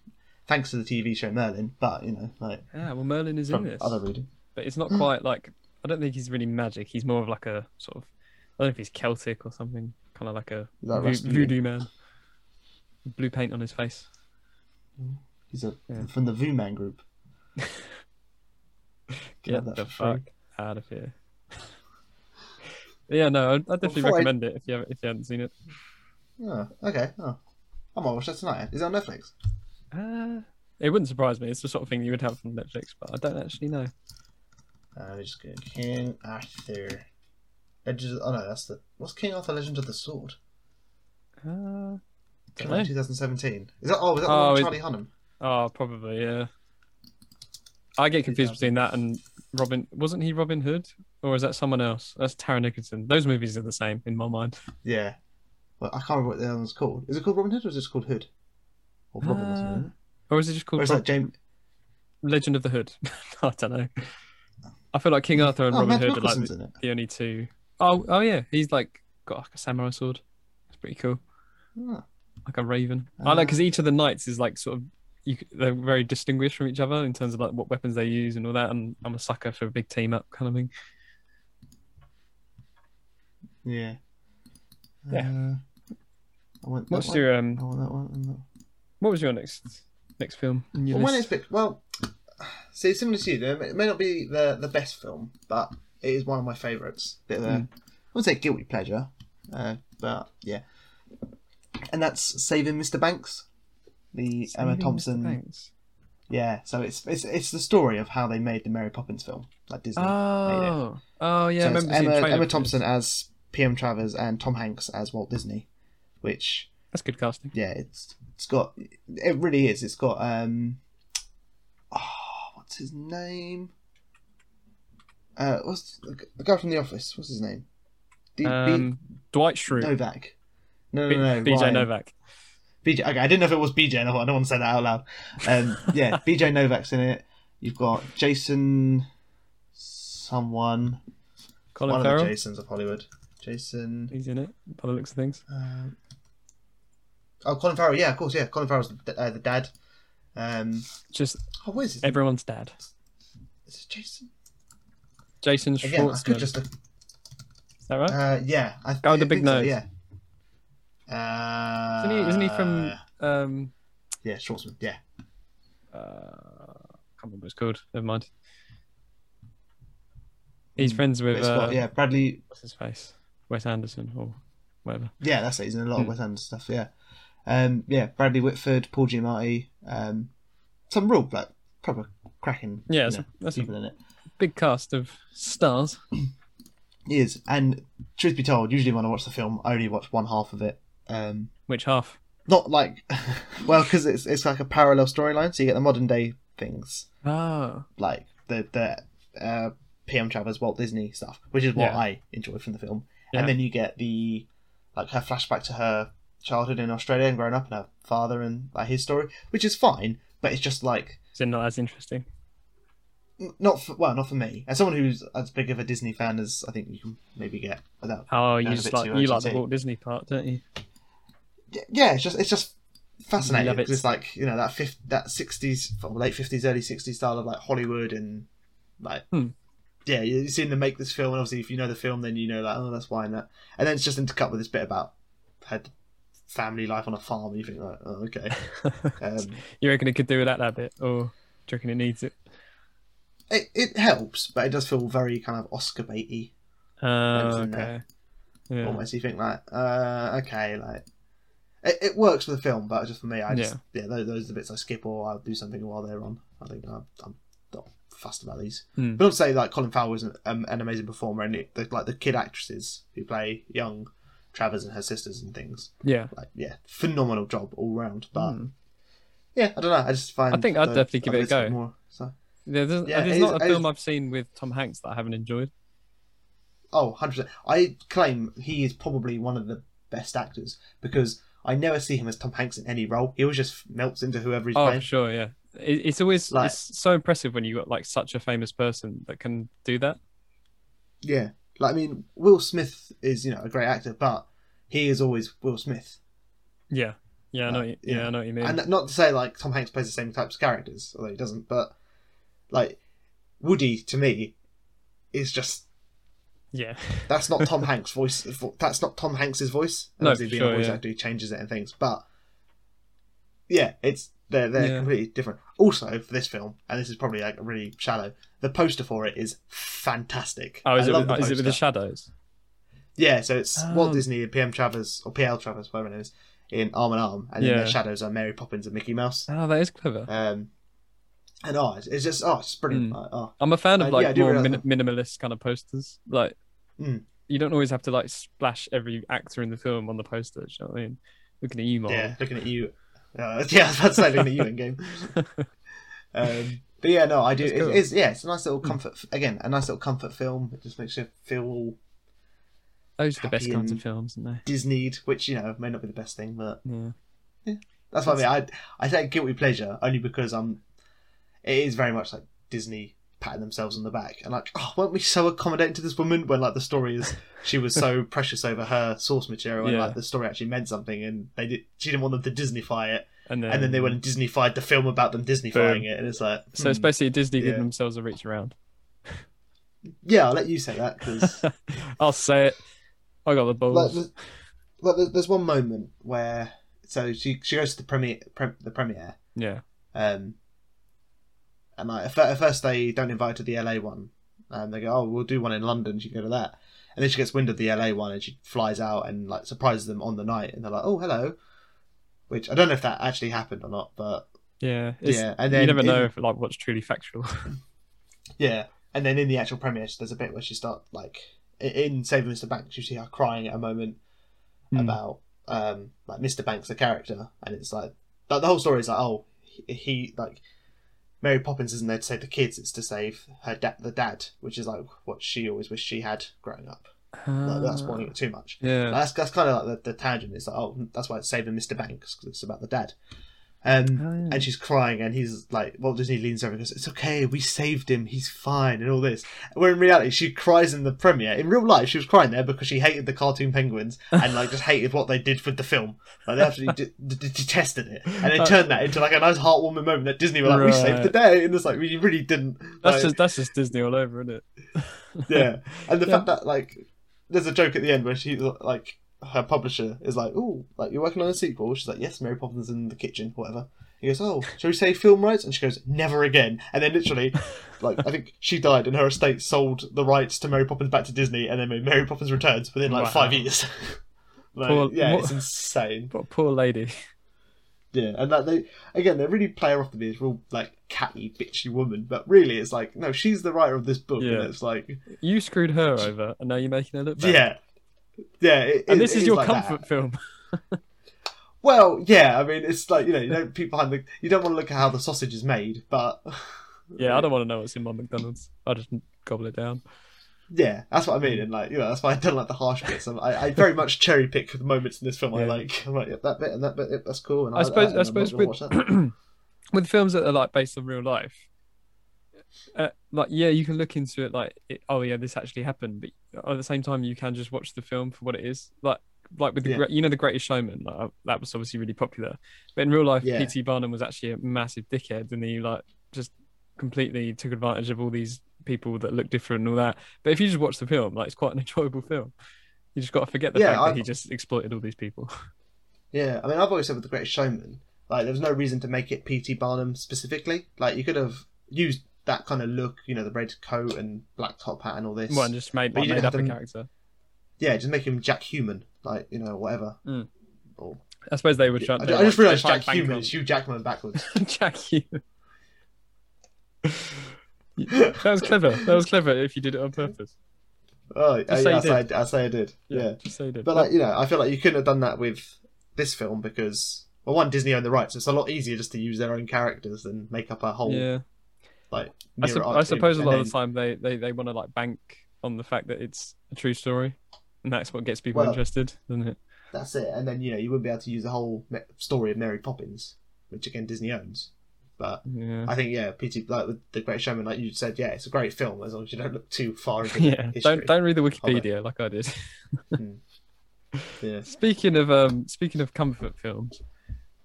thanks to the TV show Merlin, but you know, like Yeah. Well, Merlin is in from this, other Hmm. reading. but it's not quite like. I don't think he's really magic. He's more of like a sort of. I don't know if he's Celtic or something. Kind of like a Is that vo- Rasputin? voodoo man. Blue paint on his face. He's a, Yeah. from the Voo Man group. Can I Get have that the for free? fuck out of here. But yeah, no, I I definitely before I- recommend it if you haven't, if you haven't seen it. Oh, okay. Oh. I might watch that tonight. Is it on Netflix? Uh, it wouldn't surprise me. It's the sort of thing you would have from Netflix, but I don't actually know. Uh, let me just go King Arthur. Legend of, oh no, that's the what's King Arthur Legend of the Sword? Uh, Came Dunno. out in 2017. Is that oh, was that the Oh, one with is- Charlie Hunnam? oh, probably yeah. I get confused between that and Robin. Wasn't he Robin Hood, or is that someone else? That's Taron Nicholson. Those movies are the same in my mind. Yeah. Well, I can't remember what the other one's called. Is it called Robin Hood or is it just called Hood? Or Robin or something? Uh, isn't it? Or is it just Or called is that James? Legend of the Hood? I don't know. I feel like King Arthur and Oh, Robin Matt Hood are like Nicholson's the, in it. the only two Oh oh yeah, he's like got like a samurai sword. It's pretty cool. Ah, like a raven. I like because each of the knights is like sort of you, c- they're very distinguished from each other in terms of like what weapons they use and all that. And I'm a sucker for a big team up kind of thing. yeah. Yeah. Uh, I want that What's one. your I um? want that one. And that. What was your next next film? in your Well, when list? it's big, well, see, similar to you, though, it may not be the the best film, but it is one of my favourites. Bit of a, Hmm. I wouldn't say guilty pleasure, uh, but yeah. And that's Saving Mr. Banks, the Emma Saving Mr. Thompson. Banks. Yeah, so it's it's it's the story of how they made the Mary Poppins film, like Disney. Oh, oh yeah. I So it's remember seeing Emma, trailer Emma for Thompson this. as P.M. Travers and Tom Hanks as Walt Disney, which That's good casting. yeah, it's it's got it really is. It's got um, oh, what's his name? Uh, what's the guy from The Office? What's his name? D- B- Um, Dwight Schrute, Novak. No, B- no, no. BJ Ryan. Novak. BJ. Okay, I didn't know if it was BJ. I don't want to say that out loud. Um, yeah, BJ Novak's in it. You've got Jason, someone, Colin one of Farrell. the Jasons of Hollywood. Jason. He's in it. By the looks of things. Um, oh, Colin Farrell. Yeah, of course. Yeah, Colin Farrell's the, uh, the dad. Um, Just oh, what is his everyone's dad. Is it Jason? Jason Again, I could Schwartzman. just. Is that right? Uh, yeah. Guy I with Oh, the I big think so, nose. yeah. Uh, isn't he? Isn't he from? Um, Yeah, Schwartzman. Yeah. uh, can't remember what it's called. Never mind. He's Mm. friends But with it's uh, got- yeah, Bradley. what's his face, Wes Anderson or whatever. Yeah, that's it. He's in a lot of Hmm. West End stuff. Yeah. Um, yeah, Bradley Whitford, Paul Giamatti, um, some real like proper cracking. Yeah, you it's know, that's a people in it. big cast of stars. He is, and truth be told, usually when I watch the film, I only watch one half of it. Um, Which half? not like well because it's, it's like a parallel storyline so you get the modern day things Oh, like the the uh, pm travers walt disney stuff which is what Yeah. i enjoyed from the film Yeah. and then you get the like her flashback to her childhood in australia and growing up and her father and like his story which is fine but it's just like is it not as interesting? n- not for well not for me as someone who's as big of a disney fan as i think you can maybe get without Oh, you That's a just bit like too you like the OTT. Walt Disney part, don't you? Y- yeah, it's just it's just fascinating Love it. 'cause it's like you know that fifth, that sixties, late fifties, early sixties style of like Hollywood and like Hmm. yeah, you- you've seen them make this film, and obviously if you know the film, then you know like oh that's why and that, and then it's just intercut with this bit about had family life on a farm, and you think like oh okay, um, You reckon it could do without that bit, or do you reckon it needs it? it it helps, but it does feel very kind of Oscar baity was Oh, in okay. there. Yeah. almost. You think like uh okay like. It, it works for the film, but just for me, I just yeah, those, those are the bits I skip or I'll do something while they're on. I think I'm, I'm not fussed about these. Hmm. But I'd say like Colin Farrell is an, um, an amazing performer, and it, the, like the kid actresses who play young Travers and her sisters and things, yeah. like yeah, phenomenal job all round. But yeah, I don't know. I just find Hmm. I think I'd the definitely give it a others bit go. More, so. There- There's, Yeah, there's it not is- a it film is- I've seen with Tom Hanks that I haven't enjoyed. Oh, 100%. I claim he is probably one of the best actors because I never see him as Tom Hanks in any role. He always just melts into whoever he's Oh, for playing. sure, yeah. It, it's always Like- it's so impressive when you got like such a famous person that can do that. Yeah. Like, I mean, Will Smith is, you know, a great actor, but he is always Will Smith. Yeah, yeah, I know. Like, what you- yeah, yeah. I know what you mean. And not to say like Tom Hanks plays the same types of characters, although he doesn't, but like Woody to me is just yeah, that's not Tom Hanks' voice. vo- That's not Tom Hanks's voice. And No, obviously for being sure, a voice yeah. actor, he changes it and things, but yeah, it's they're they're Yeah. completely different. Also, for this film, and this is probably like really shallow, the poster for it is fantastic. oh, is I it, love with, the is it with the poster. shadows? Yeah, so it's Oh. Walt Disney and PM Travers or PL Travers, whatever it is, in arm in arm, and then Yeah. their shadows are Mary Poppins and Mickey Mouse. Oh, that is clever. Um, and oh, it's, it's just oh, it's brilliant. Mm. Like, oh, I'm a fan Uh, of yeah, like I do more realise min- minimalist kind of posters. Like Mm. you you don't always have to like splash every actor in the film on the poster. Do you know what I mean? Looking at you, Mark. Yeah, looking at you. Uh, yeah, I was about to say looking at you in game. Um, but yeah, no, I do. That's It- cool. It's yeah, it's a nice little comfort. Again, a nice little comfort film. It just makes you feel all Those are the best happy kinds and- of films, aren't Disneyed, which you know may not be the best thing, but they? Yeah. that's what I mean. I I say guilty pleasure only because I'm. It is very much like Disney patting themselves on the back and like, oh, weren't we so accommodating to this woman when like the story is she was so precious over her source material and Yeah. like the story actually meant something and they did she didn't want them to Disneyfy it And then, and then they went and Disneyfied the film about them Disneyfying Um, Boom. it and it's like So it's hmm. basically Disney Yeah. giving themselves a reach around. yeah I'll let you say that because I'll say it. I got the like, balls. there's, like there's- there's one moment where so she she goes to the premiere pre, the premiere yeah. um and like at, fir- at first they don't invite her to the LA one and they go oh we'll do one in London she can go to that and then she gets wind of the LA one and she flies out and like surprises them on the night and they're like oh hello which I don't know if that actually happened or not but Yeah. It's, yeah and then you never in- know if like what's truly factual. Yeah, and then in the actual premiere, there's a bit where she starts like i- in Saving Mr. Banks. You see her crying at a moment Hmm. about um like Mr. Banks, the character, and it's like like the whole story is like oh he, he like Mary Poppins isn't there to save the kids; it's to save her dad, the dad, which is like what she always wished she had growing up. Like, that's Ah, spoiling it too much. Yeah. That's that's kind of like the, the tangent. It's like oh that's why it's Saving Mr. Banks because it's about the dad. Um, Oh, yeah. and she's crying and he's like Walt Disney leans over and goes it's okay we saved him he's fine and all this where in reality she cries in the premiere in real life she was crying there because she hated the cartoon penguins and like just hated what they did with the film like they absolutely de- de- detested it and they turned that into like a nice heartwarming moment that Disney were like we saved the Right. day and it's like we really didn't That's Like, just that's just Disney all over, isn't it? yeah and the Yeah. fact that like there's a joke at the end where she like her publisher is like oh like you're working on a sequel she's like yes mary poppins in the kitchen whatever he goes oh shall we say film rights and she goes never again and then literally like i think she died and her estate sold the rights to mary poppins back to disney and then made mary poppins returns within like Wow. five years like, Poor- yeah what- it's insane What a poor lady. yeah, and that they again they really play her off to be this real like catty bitchy woman, but really it's like no, she's the writer of this book, Yeah. and it's like You screwed her over, and now you're making her look bad. yeah, yeah. It, And it- this it is your like that. comfort film. Well, yeah, I mean, it's like you know, you don't peek behind the, you don't want to look at how the sausage is made, but Yeah, I don't want to know what's in my McDonald's. I just gobble it down. yeah, that's what I mean, and like you know, that's why I don't like the harsh bits. I'm- I, I very much cherry pick the moments in this film I Yeah. like. I'm like yeah, that bit and that bit, yeah, that's cool. And I, I like that, suppose and I I'm suppose not gonna watch with, that. with films that are like based on real life, uh, like yeah, you can look into it like it, oh yeah, this actually happened, but at the same time you can just watch the film for what it is. Like like with the Yeah. great, you know the Greatest Showman, like, uh, that was obviously really popular, but in real life, Yeah. P.T. Barnum was actually a massive dickhead, and he like just completely took advantage of all these people that look different and all that. But if you just watch the film, like it's quite an enjoyable film. You just got to forget the Yeah, fact I- that he just exploited all these people. Yeah, I mean, I've always said with the Greatest Showman, like there was no reason to make it P.T. Barnum specifically. Like you could have used that kind of look, you know, the red coat and black top hat and all this. Well, and just made But like, you didn't made up have a to- character. yeah, just make him Jack Human, like you know, whatever. Mm. Or I suppose they were I, trying. I they just were- realised they tried Jack to bank Human on- is Hugh Jackman backwards. Jack Human. that was clever. That was clever. If you did it on purpose, Oh, yeah, say yeah, I, you say I, I say I did. Yeah. just so you did. But, like, you know, I feel like you couldn't have done that with this film because, well, one, Disney owned the rights. It's a lot easier just to use their own characters than make up a whole, yeah, like, I, mirror sup- art I team. suppose a And lot then- of the time they they, they want to like bank on the fact that it's a true story, and that's what gets people Well- interested, doesn't it? That's it. And then, you know, you wouldn't be able to use the whole me- story of Mary Poppins, which, again, Disney owns. But Yeah, I think, yeah, PT, like, with The Great Showman, like you said, yeah, it's a great film as long as you don't look too far into yeah. history. Don't don't read the Hold on. Wikipedia like I did. Yeah. speaking of um, speaking of comfort films,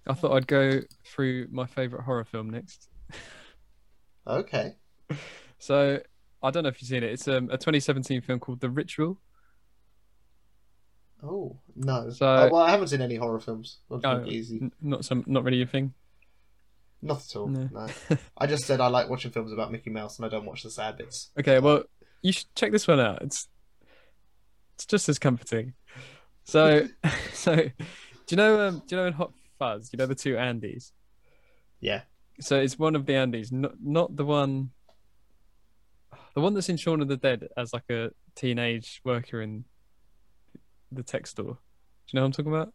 I thought I'd go through my favorite horror film next. Okay. So I don't know if you've seen it. It's um, a 2017 film called The Ritual. Oh, no. So- Uh, well, I haven't seen any horror films. Not Oh. easy. N- not some, not really a thing. Not at all. No. No. I just said I like watching films about Mickey Mouse and I don't watch the sad bits. Okay, well, you should check this one out. It's it's just as comforting. So, so do you know? Um, do you know in Hot Fuzz? You know the two Andes. Yeah. So it's one of the Andes, not not the one. The one that's in Shaun of the Dead as like a teenage worker in the tech store. Do you know what I'm talking about?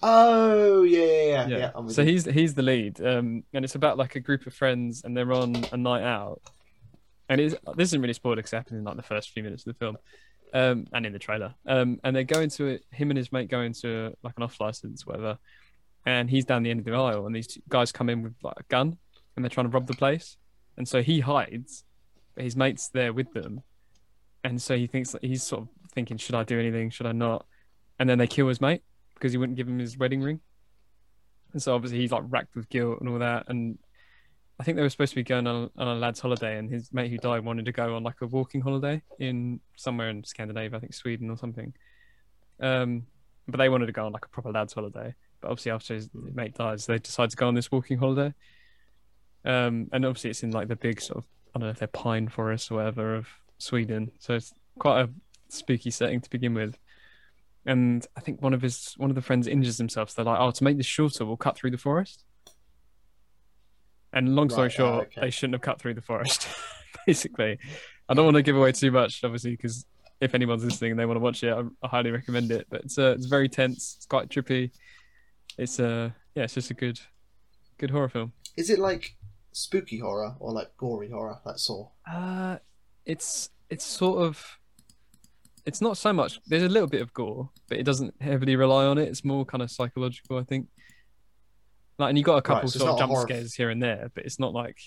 Oh yeah, yeah, yeah. yeah, I'm with so you. he's he's the lead, um, and it's about like a group of friends, and they're on a night out, and it's this isn't really spoiled except in like the first few minutes of the film, um, and in the trailer, um, and they're going to a- him and his mate going to like an off license, whatever, and he's down the end of the aisle, and these two guys come in with like a gun, and they're trying to rob the place, and so he hides, but his mate's there with them, and so he thinks he's sort of thinking, should I do anything? Should I not? And then they kill his mate because he wouldn't give him his wedding ring. And so obviously he's like racked with guilt and all that. And I think they were supposed to be going on, on a lad's holiday, and his mate who died wanted to go on like a walking holiday in somewhere in Scandinavia, I think Sweden or something. Um, but they wanted to go on like a proper lad's holiday. But obviously after his mate dies, they decide to go on this walking holiday. Um, and obviously it's in like the big sort of I don't know if they're pine forests or whatever of Sweden. So it's quite a spooky setting to begin with and I think one of his one of the friends injures themselves. They're like, "Oh, to make this shorter, we'll cut through the forest." And long story Right, ah, short, okay. they shouldn't have cut through the forest. basically, I don't want to give away too much, obviously, because if anyone's listening and they want to watch it, I, I highly recommend it. But it's uh, it's very tense. It's quite trippy. It's uh yeah, it's just a good good horror film. Is it like spooky horror or like gory horror? Like Saw. Uh, it's it's sort of it's not so much. There's a little bit of gore, but it doesn't heavily rely on it. It's more kind of psychological, I think. Like, and you got a couple so it's sort of not a jump horror f- scares here and there, but it's not like,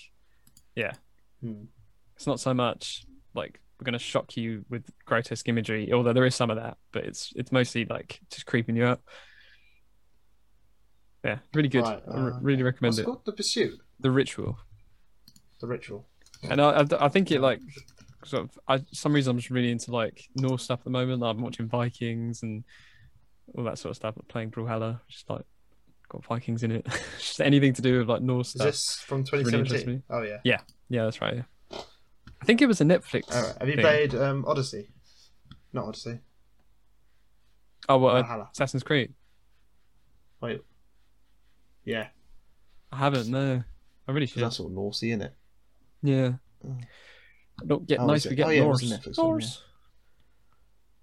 yeah, Hmm. it's not so much like we're gonna shock you with grotesque imagery. Although there is some of that, but it's it's mostly like just creeping you out. Yeah, really good. Right, I re- uh, really recommend What's it. it called? The Pursuit. The Ritual. The Ritual. And I, I, I think it like sort of. I some reason I'm just really into like Norse stuff at the moment. Like, I'm watching Vikings and all that sort of stuff. playing Brawlhalla, just like got Vikings in it. just anything to do with like Norse Is stuff. this from really 2017? interests me. oh yeah. Yeah, that's right. Yeah. I think it was a Netflix. All right. Have you thing. played um, Odyssey? Not Odyssey. Oh, what, uh, Valhalla. Assassin's Creed. Wait. Yeah, I haven't. No, I really 'cause should. that's all Norsey, isn't it? Yeah. Oh. Not get Oh, nice, is we it? get Oh, yeah, it was Norse. a Netflix one, yeah. Norse.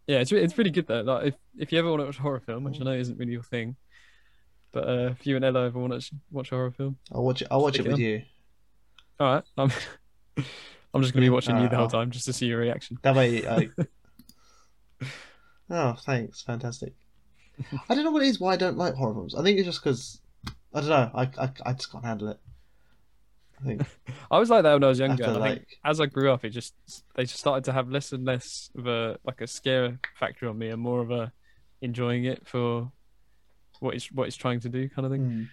Yeah, it's re- it's really good though. Like if, if you ever want to watch a horror film, Mm. which I know isn't really your thing, but uh, if you and Ella ever want to watch a horror film, I'll watch it. I'll watch Stick it it with on. you. all right, I'm I'm just gonna be watching you Alright, the whole I'll- time just to see your reaction. That way, I. oh, thanks. Fantastic. I don't know what it is why I don't like horror films. I think it's just because I don't know. I, I, I just can't handle it. I think I was like that when I was younger. after and I think like as I grew up, it just they just started to have less and less of a like a scare factor on me, and more of a enjoying it for what it's what it's trying to do kind of thing. Hmm.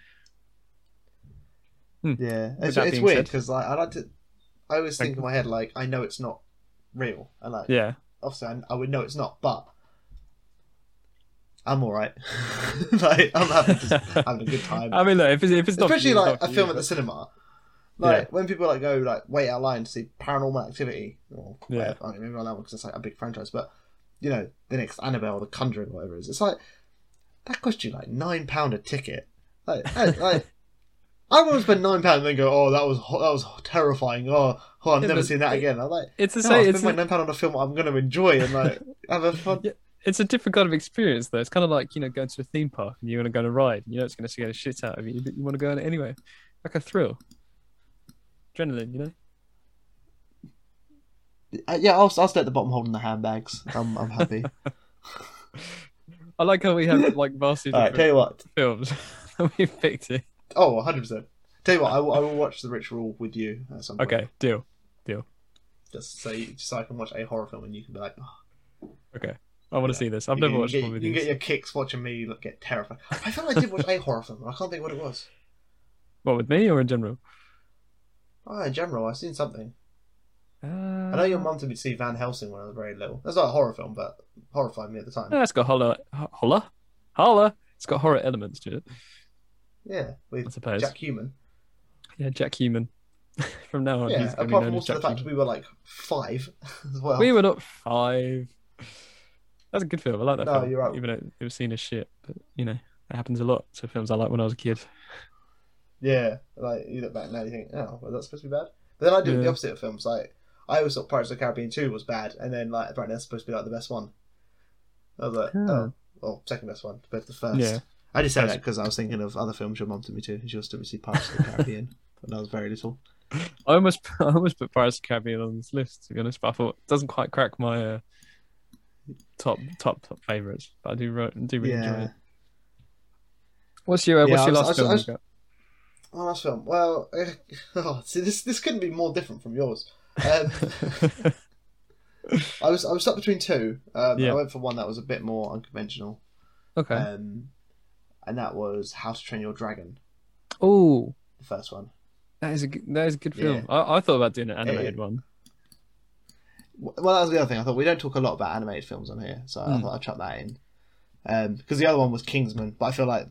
Hmm. yeah, it's, that it's being weird said- because like I like to. I always Thank think in my head like I know it's not real, and like Yeah, obviously I, I would know it's not, but I'm all right. like I'm having, just, having a good time. I mean, look, if it's, if it's not for especially you, it's like not a for film you, at the cinema. Yeah. Like when people like go like wait out line to see Paranormal Activity or Yeah. whatever. I don't remember that one because it's like a big franchise, but you know the next Annabelle, The Conjuring, whatever it is. It's like that cost you like nine pound a ticket. Like, that- like I want to spend nine pound and then go, oh that was ho- that was terrifying. Oh, oh I've Yeah, never but seen that it- again. I'm like. It's the No, same. I It's, spend my nine pound on a film I'm going to enjoy and like have a fun. Yeah. it's a different kind of experience, though. It's kind of like you know going to a theme park and you want to go on a ride. And you know it's going to scare the shit out of you, but you want to go on it anyway, like a thrill, adrenaline. You know. Uh, yeah, I'll, I'll stay at the bottom holding the handbags. I'm, I'm happy. I like how we have like vastly All right, tell different you what. films that we picked. It. Oh, 100 percent. Tell you what, I will, I will watch The Ritual with you at some point. Okay, deal. Just so, you, just so I can watch a horror film and you can be like, oh, Okay, I want to Yeah. see this. I've you never can, watched you one can with get, you can get these. your kicks watching me look, get terrified. I feel like I did watch a horror film. I can't think what it was. What with me or in general? Oh, in general, I've seen something. Uh, I know your mum took me to see Van Helsing when I was very little. That's not a horror film, but horrified me at the time. Yeah, Uh, it's got horror, horror, horror. It's got horror elements to it, Yeah, I with suppose. Jack Human. Yeah, Jack Human. from now on, Yeah, he's going to be apart from known as also Jack the fact Human. we were like five as well. We were not five. That's a good film. I like that No, film. you're right. Even though it was seen as shit, but you know, it happens a lot to films I like when I was a kid. Yeah, like you look back now, you think, oh, was that supposed to be bad? But then I do the Yeah. opposite of films. Like I always thought Pirates of the Caribbean Two was bad, and then like apparently that's supposed to be like the best one. I was like, Yeah. oh, well, second best one, but the first. Yeah. I just say That's- that because I was thinking of other films your mom took me to, and she also took me to see Pirates of the Caribbean when I was very little. I almost I almost put Pirates of the Caribbean on this list to be honest, but I thought it doesn't quite crack my uh, top top top favourites. But I do ro- do really enjoy Yeah. it. What's your uh, Yeah, What's I your last was- I was- film? I was- you got? Oh, last film. Well, oh, see, this this couldn't be more different from yours. Um, I was I was stuck between two. Um, Yeah. I went for one that was a bit more unconventional, okay. um, and that was How to Train Your Dragon, oh, the first one. that is a g- that is a good Yeah. film. I, I thought about doing an yeah. animated one. Well, that was the other thing. I thought we don't talk a lot about animated films on here, so I Hmm. thought I'd chuck that in. Because the other one was Kingsman, but I feel like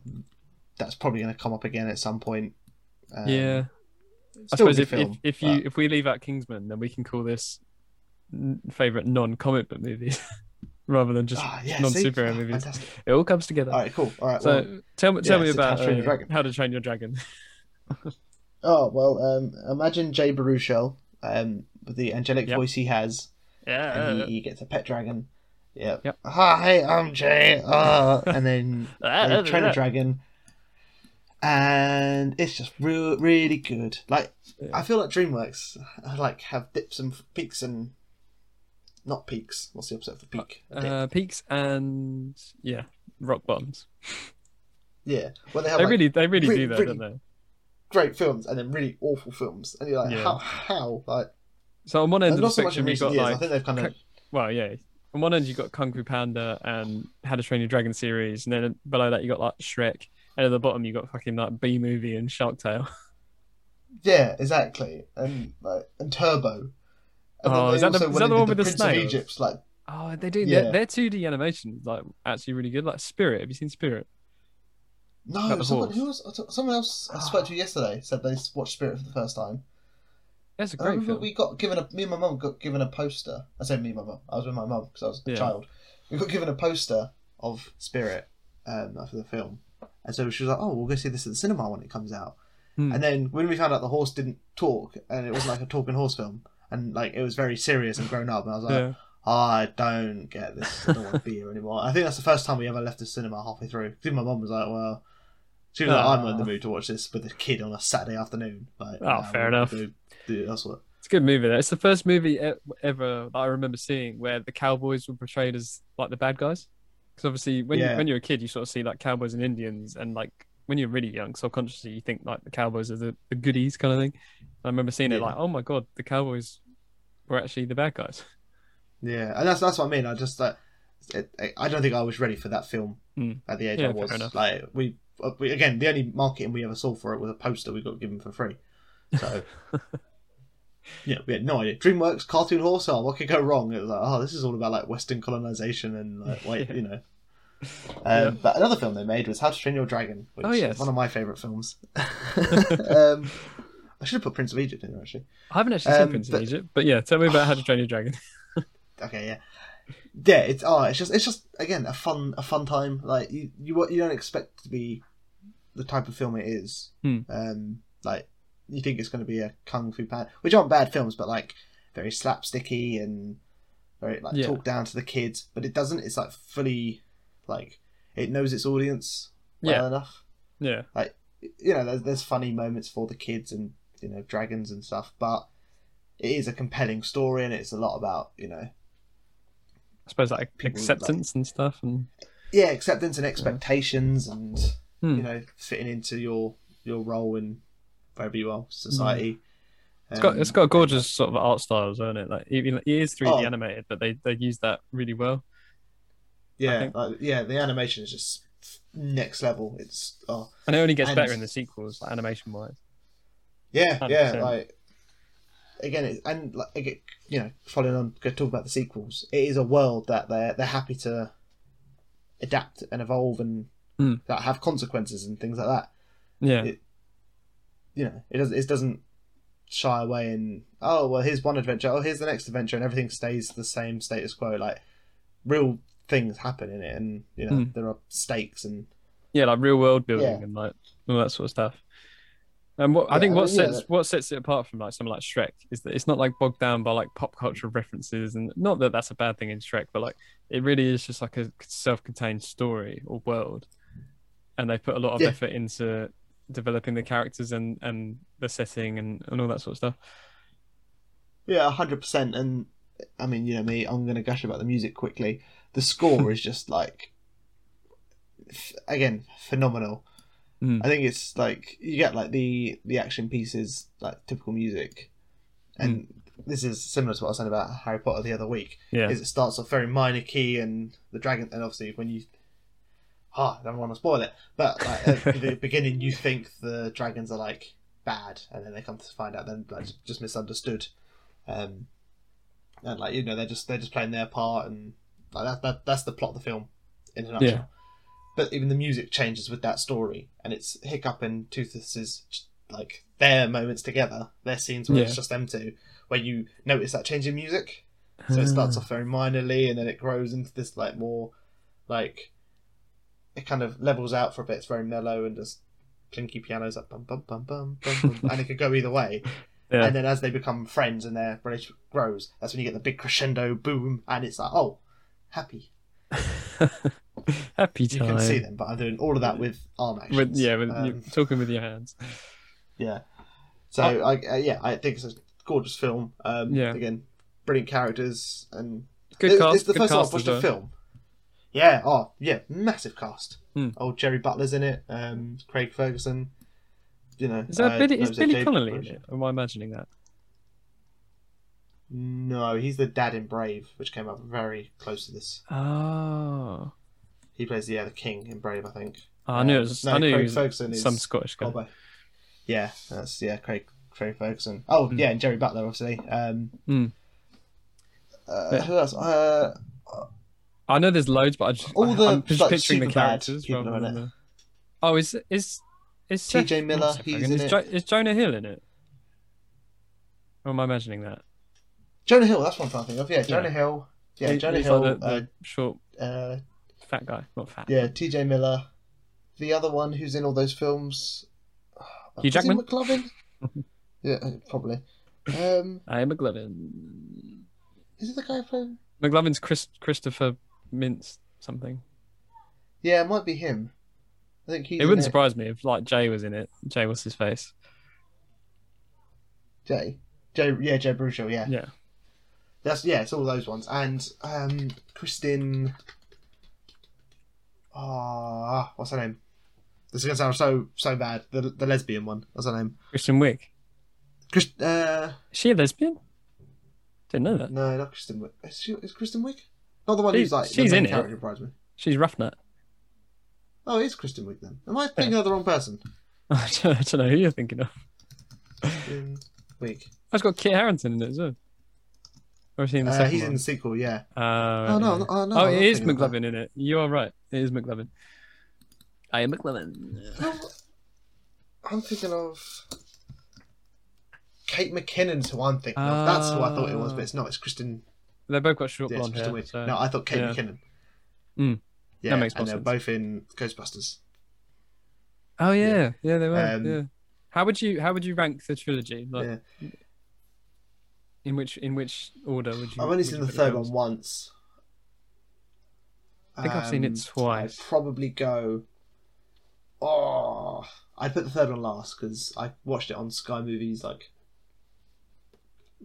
that's probably going to come up again at some point. Um, yeah, it's I still a suppose good if, film, if if you if we leave out Kingsman, then we can call this n- favorite non comic book movies rather than but- just Ah, yeah, see? non-superhero Ah, movies. fantastic. it all comes together. All right, cool. All right, So well, tell me tell yeah, me it's How to about Train Your uh, Dragon. How to Train Your Dragon. Oh well, um, imagine Jay Baruchel, um, with the angelic Yep. voice he has, and Yeah. he, he gets a pet dragon. Yep. Yep. Hi, I'm Jay. Uh, and then Uh, they train a dragon, and it's just real, really good. Like Yeah. I feel like DreamWorks uh, like have dips and peaks and not peaks. What's the opposite for peak? A dip. uh, peaks and yeah, rock bottoms. yeah, well they have They like, really, they really re- do that, really- don't they? great films and then really awful films, and you're like, Yeah. how, how, like So on one end of the not so much in spectrum, you've recent got years. I like, think they've kind of well, yeah. On one end, you've got Kung Fu Panda and How to Train Your Dragon series, and then below that, you got like Shrek, and at the bottom, you got fucking like B movie and Shark Tale. Yeah, exactly, and like and Turbo. And Oh, then is they that the- also is went that the and one with did the Prince of snails? Egypt, like Oh, they do. Yeah. Their, their 2D animation like actually really good. Like Spirit. Have you seen Spirit? About no, the someone, horse. who was, I t- someone else I spoke to yesterday said they watched Spirit for the first time. That's a And I great remember film. we got given a me and my mum got given a poster. I say me and my mum. I was with my mum because I was a Yeah. child. We got given a poster of Spirit um, for the film, and so she was like, "Oh, we'll go see this at the cinema when it comes out." Hmm. And then when we found out the horse didn't talk, and it wasn't like a talking horse film, and like it was very serious and grown up, and I was like, Yeah. I don't get this. I don't want to be here anymore. I think that's the first time we ever left the cinema halfway through. 'Cause Even my mum was like, well, she was like, I'm not in the Ah. mood to watch this with a kid on a Saturday afternoon. Like, Oh, nah, fair we'll enough. Do, do that's what. It's a good movie. Though. It's the first movie e- ever that I remember seeing where the cowboys were portrayed as like the bad guys. Because obviously, when Yeah. you, when you're a kid, you sort of see like cowboys and Indians, and like when you're really young, subconsciously you think like the cowboys are the, the goodies kind of thing. And I remember seeing it Yeah. like, oh my god, the cowboys were actually the bad guys. Yeah, and that's that's what I mean. I just like, it, I- I don't think I was ready for that film Mm. at the age Yeah, I fair was. enough. Like we, uh, we again, the only marketing we ever saw for it was a poster we got given for free. So yeah, we had no idea. DreamWorks, Cartoon Horse, oh, what could go wrong? It was like, oh, this is all about like Western colonization and like, wait, Yeah. you know. Um, Yeah. But another film they made was How to Train Your Dragon, which Oh, yes. is one of my favorite films. um, I should have put Prince of Egypt in there actually. I haven't actually seen Um, Prince but- of Egypt, but yeah, tell me about How to Train Your Dragon. okay, yeah, yeah. It's oh, it's just it's just again a fun a fun time. Like you you you don't expect to be the type of film it is. Hmm. Um, like you think it's going to be a kung fu panda, which aren't bad films, but like very slapsticky and very like Yeah. talk down to the kids. But it doesn't. It's like fully like it knows its audience well Yeah. enough. yeah, You know, there's there's funny moments for the kids and you know dragons and stuff, but. It is a compelling story, and it's a lot about you know I suppose like People, like- acceptance and stuff, and yeah acceptance and expectations and Hmm. you know fitting into your your role in wherever you are society Hmm. Um, It's got it's got a gorgeous sort of art style, isn't it? Like even it is 3D Oh. animated, but they they use that really well. I yeah think- like, yeah the animation is just next level it's oh And it only gets And- better in the sequels, like animation wise. yeah yeah 100%. like again it, and like again, you know following on go talk about the sequels it is a world that they're they're happy to adapt and evolve and Hmm. that have consequences and things like that Yeah, It- you know, it doesn't it doesn't shy away and oh well here's one adventure, oh here's the next adventure and everything stays the same status quo, like real things happen in it and you know, Hmm. there are stakes and yeah, like real world building Yeah. and like all that sort of stuff. And what I Yeah, think I what mean, yeah, sets what sets it apart from like something like Shrek is that it's not like bogged down by like pop culture references, and not that that's a bad thing in Shrek, but like it really is just like a self-contained story or world, and they put a lot of Yeah. effort into developing the characters and and the setting and and all that sort of stuff. Yeah, hundred percent. And I mean, you know me, I'm gonna gush about the music quickly. The score is just like, f- again, phenomenal. Mm. I think it's like you get like the the action pieces, like typical music, and this is similar to what I was saying about Harry Potter the other week. Yeah, Is it starts off very minor key and the dragon, and obviously when you. Ah, I don't want to spoil it, but like, at the beginning you think the dragons are like bad, and then they come to find out they're like, just misunderstood, um, and like you know they're just they're just playing their part, and like that, that that's the plot of the film in a nutshell. Yeah. But even the music changes with that story, and it's Hiccup and Toothless's like their moments together, their scenes where it's Yeah. just them two, where you notice that change in music. So it Ah. starts off very minorly, and then it grows into this like more, like, it kind of levels out for a bit. It's very mellow and just plinky pianos up, bum bum bum bum bum, bum and it could go either way. Yeah. And then as they become friends and their relationship grows, that's when you get the big crescendo boom, and it's like, oh, happy. Happy You time. can see them, but I'm doing all of that with arm actions. With, yeah, with, you Um, talking with your hands. yeah. So I, uh, yeah, I think it's a gorgeous film. Um, Yeah. Again, brilliant characters and Good It- cast. It's the good first time cast I've as watched well. a film. Yeah. Oh, yeah. Massive cast. Hmm. Old Jerry Butler's in it. Um, Craig Ferguson. You know. Is that uh, Billy? Is knows Billy J- Connolly in it? Am I imagining that? No, he's the dad in Brave, which came up very close to this. Oh, He plays the other king in Brave, I think. Ah, I knew it Um, was. no, I knew Craig he was Ferguson is some Scottish guy. Colbert. Yeah, that's yeah, Craig Craig Ferguson. Oh Hmm. yeah, and Jerry Butler obviously. Um, Hmm. uh, Yeah. who else? Uh, I know there's loads, but I just, All I- the, I'm just like, picturing the Superbad characters people rather are in than the... Oh, is is is T.J. Seth- not Miller, Seth he's Rogen, in is, it. Jo- is Jonah Hill in it? Or am I imagining that? Jonah Hill. That's one I'm thinking of. Yeah, Jonah Yeah. Hill. Yeah, He- Jonah he's Hill. like the, the short uh, uh, fat guy, not fat. Yeah, T.J. Miller. The other one who's in all those films, Hugh Was he Jackman? McLovin. yeah, uh, probably. Um, I am McLovin. is it the guy from? McLovin's Chris Christopher Mintz something. Yeah, it might be him. I think he's. it wouldn't in surprise me if like Jay was in it. Jay was his face. Jay. Jay. Yeah, Jay Bruchel. Yeah. Yeah. that's yeah. It's all those ones and um, Kristen. Ah, what's her name? This is gonna sound so so bad. The the lesbian one. What's her name? Christian Wick. Chris. Uh, Is she a lesbian? Didn't know that. no, not Kristen Wiig. Is, she, is Kristen Wiig? Not the one She- who's like she's the in main it. character in Bridesmaid. She's Roughnut. Oh, it's Kristen Wiig then. Am I thinking of the wrong person? I don't, I don't know who you're thinking of. Kristen Wiig. I've got Kit Harrington in it as well. Or is he in the Uh, second he's in one? the sequel, yeah. Uh, Oh yeah. no, oh no. oh, I'm it not is thinking of McLovin in it. You are right. It is McLovin. I am McLovin. that. No, I'm thinking of Kate McKinnon's who I'm thinking of. That's who I thought it was, but it's not. It's Kristen. They both got short Yeah, it's blonde Kristen hair. Wiig. so- No, I thought Kate yeah. McKinnon. Mm. Yeah, makes more and they're sense. both in Ghostbusters. Oh yeah, yeah, they were. Um, yeah. How would you How would you rank the trilogy? Like, In which In which order would you? I've only would seen you the put third films? one once. Um, I think I've seen it twice. I'd probably go. Oh, I'd put the third one last because I watched it on Sky Movies like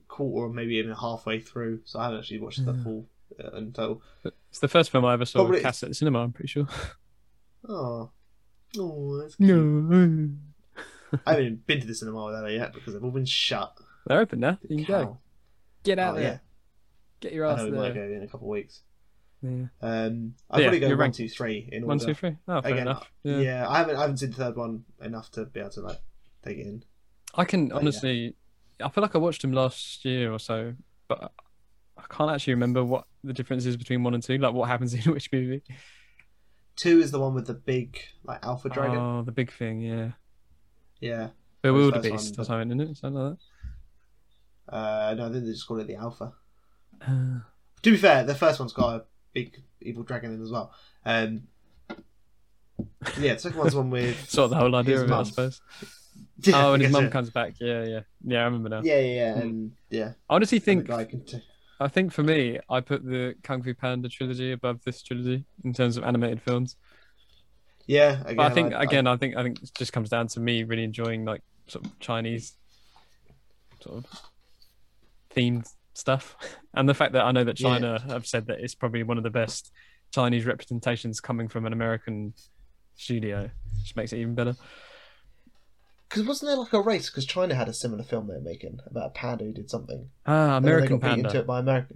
quarter or maybe even halfway through, so I haven't actually watched the Yeah. full uh, until. It's the first film I ever saw Probably- with Cass at the cinema. I'm pretty sure. Oh, oh, that's cute. No, I haven't even been to the cinema with that yet because they've all been shut. they're open now. You can go. Cow. Get out Oh, there. yeah, Get your I ass know we might there. go in a couple of weeks. Yeah. Um, I'd Yeah, probably go you're one, right. two, three in order. One, two, three. Oh, fair Again, enough. Yeah. Yeah. I haven't I haven't seen the third one enough to be able to like take it in. I can Oh, yeah. honestly, I feel like I watched them last year or so, but I can't actually remember what the difference is between one and two. Like what happens in which movie? Two is the one with the big like alpha dragon. Oh, the big thing. Yeah, Yeah. Bewilderbeast or first something, isn't it? Something like Uh, no, I think they just call it the alpha. that. Uh, To be fair, the first one's got a big evil dragon in as well. Um, yeah, the second one's the one with sort of the whole idea His of it, I mum. suppose. Yeah, oh, I and his guess, mum yeah. comes back. Yeah, yeah, yeah. I remember now. Yeah, yeah, yeah, and yeah. I honestly and the think guy can t- I think for me, I put the Kung Fu Panda trilogy above this trilogy in terms of animated films. yeah. Again, But I think again, I think I think it just comes down to me really enjoying like sort of Chinese sort of themed stuff, and the fact that I know that Yeah. China have said that it's probably one of the best Chinese representations coming from an American studio, which makes it even better. because wasn't there like a race? Because China had a similar film they were making about a panda who did something. Ah, And then American they got beaten to Panda. it by America.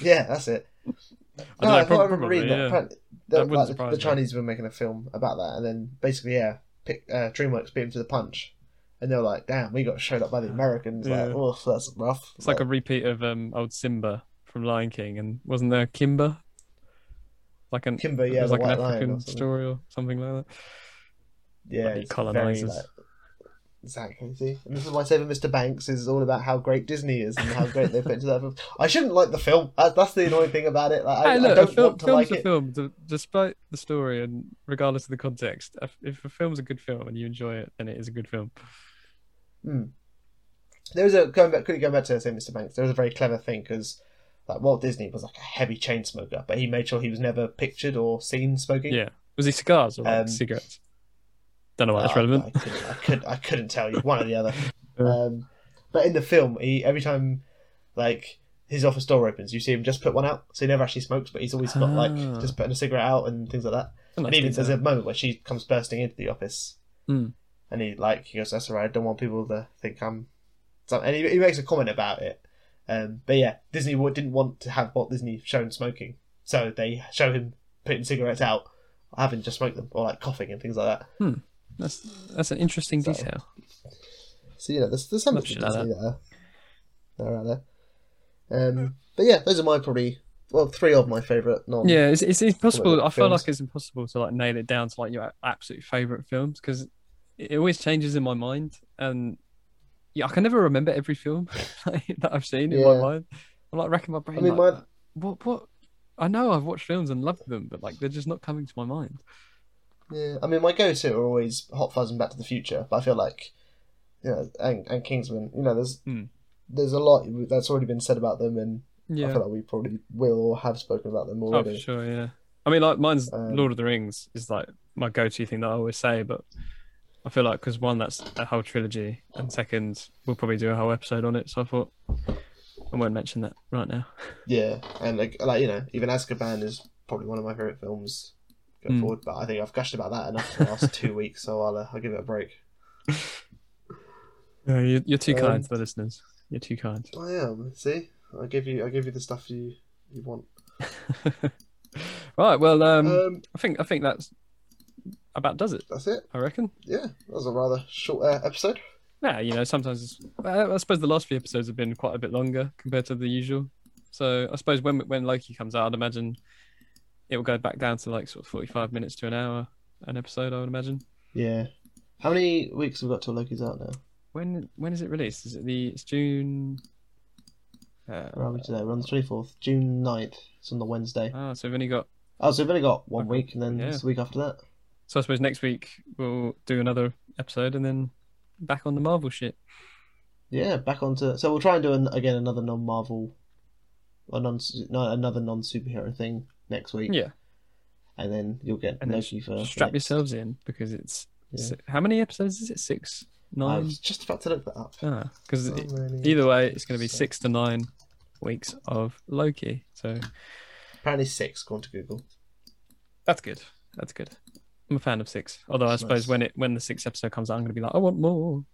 Yeah, that's it. I don't know, thought prob- remember probably, reading yeah. that. Apparently, That the, wouldn't like, the- surprise the me. Chinese were making a film about that, and then basically, yeah, pick, uh, DreamWorks beat them to the punch, and they were like, "Damn, we got showed up by the Americans." Yeah. Like, oh, that's rough. It's like a repeat of um old Simba from Lion King, and wasn't there Kimba? Like an Kimber, it yeah, was the like an White Lion. African Or something. story or something like that. Yeah, Bloody it's very, colonisers. like- Exactly. See, and this is why Saving Mr. Banks is all about how great Disney is and how great they put into that film. I shouldn't like the film. That- That's the annoying thing about it. Like, I, hey, I look, don't a film, want to film's like a it. film, d- despite the story and regardless of the context. if- If a film's a good film and you enjoy it, then it is a good film. there was a going back quickly going back to say Mr. Banks. There was a very clever thing because like Walt Disney was like a heavy chain smoker, but he made sure he was never pictured or seen smoking. Yeah. Was he cigars or like, Um, cigarettes? Don't know why Oh, that's relevant. I couldn't, I, could, I couldn't tell you one or the other. Yeah. Um, but in the film, he every time like his office door opens, you see him just put one out. So he never actually smokes, but he's always got Ah. like just putting a cigarette out and things like that. It's a nice and even detail. there's a moment where she comes bursting into the office, Hmm. and he like he goes, "That's alright. I don't want people to think I'm." So, and he, he makes a comment about it. Um, but yeah, Disney wa- didn't want to have Walt Disney shown smoking, so they show him putting cigarettes out, having just smoked them, or like coughing and things like that. That's that's an interesting So- detail. So you know, there's there's some Love bits shit of like Disney that are, that are out there. Um, but yeah, those are my probably well three of my favourite non. Yeah, it's it's impossible. I feel films. like it's impossible to like nail it down to like your a- absolute favorite films because it always changes in my mind, and yeah, I can never remember every film that I've seen in my Yeah. mind. I'm like racking my brain. I mean, like, my- what what? I know I've watched films and loved them, but like they're just not coming to my mind. Yeah, I mean, my go-to are always Hot Fuzz and Back to the Future, but I feel like, you know, and, and Kingsman, you know, there's Hmm. there's a lot that's already been said about them, and I Yeah, feel like we probably will or have spoken about them oh for already. sure. Yeah, I mean, like mine's Um, Lord of the Rings is like my go-to thing that I always say, but I feel like because one, that's a whole trilogy, and second, we'll probably do a whole episode on it. So I thought I won't mention that right now. Yeah, and like, like you know, even Azkaban is probably one of my favorite films going Hmm. forward, but I think I've gushed about that enough for the last two weeks, so I'll uh, I'll give it a break. No, you're, you're too Um, kind to the listeners. You're too kind. I am. See, I give you I give you the stuff you you want. right. Well, um, Um, I think I think that's about does it. that's it. I reckon. Yeah, that was a rather short uh, episode. Yeah, you know, sometimes it's, I, I suppose the last few episodes have been quite a bit longer compared to the usual. So I suppose when when Loki comes out, I'd imagine it will go back down to like sort of forty-five minutes to an hour an episode. I would imagine. Yeah. How many weeks have we got till Loki's out now? When when is it released? Is it the it's June? Uh, Where are we today? We're on the 24th, June 9th. It's on the Wednesday. ah, so we've only got. Oh, so we've only got one Okay. week, and then Yeah. it's the week after that. So I suppose next week we'll do another episode and then back on the Marvel shit. Yeah, back onto. So we'll try and do an, again another non-Marvel, or non no, another non-superhero thing next week. Yeah. And then you'll get And then Loki for. strap next- yourselves in because it's Yeah. si- how many episodes is it? Six, I nine? Ah, was just about to look that up. Because How many- either way, it's going to be so- six to nine weeks of Loki. So Apparently six, according to Google. that's good. That's good. I'm a fan of six. Although I suppose Nice. when it when the sixth episode comes out, I'm going to be like, I want more.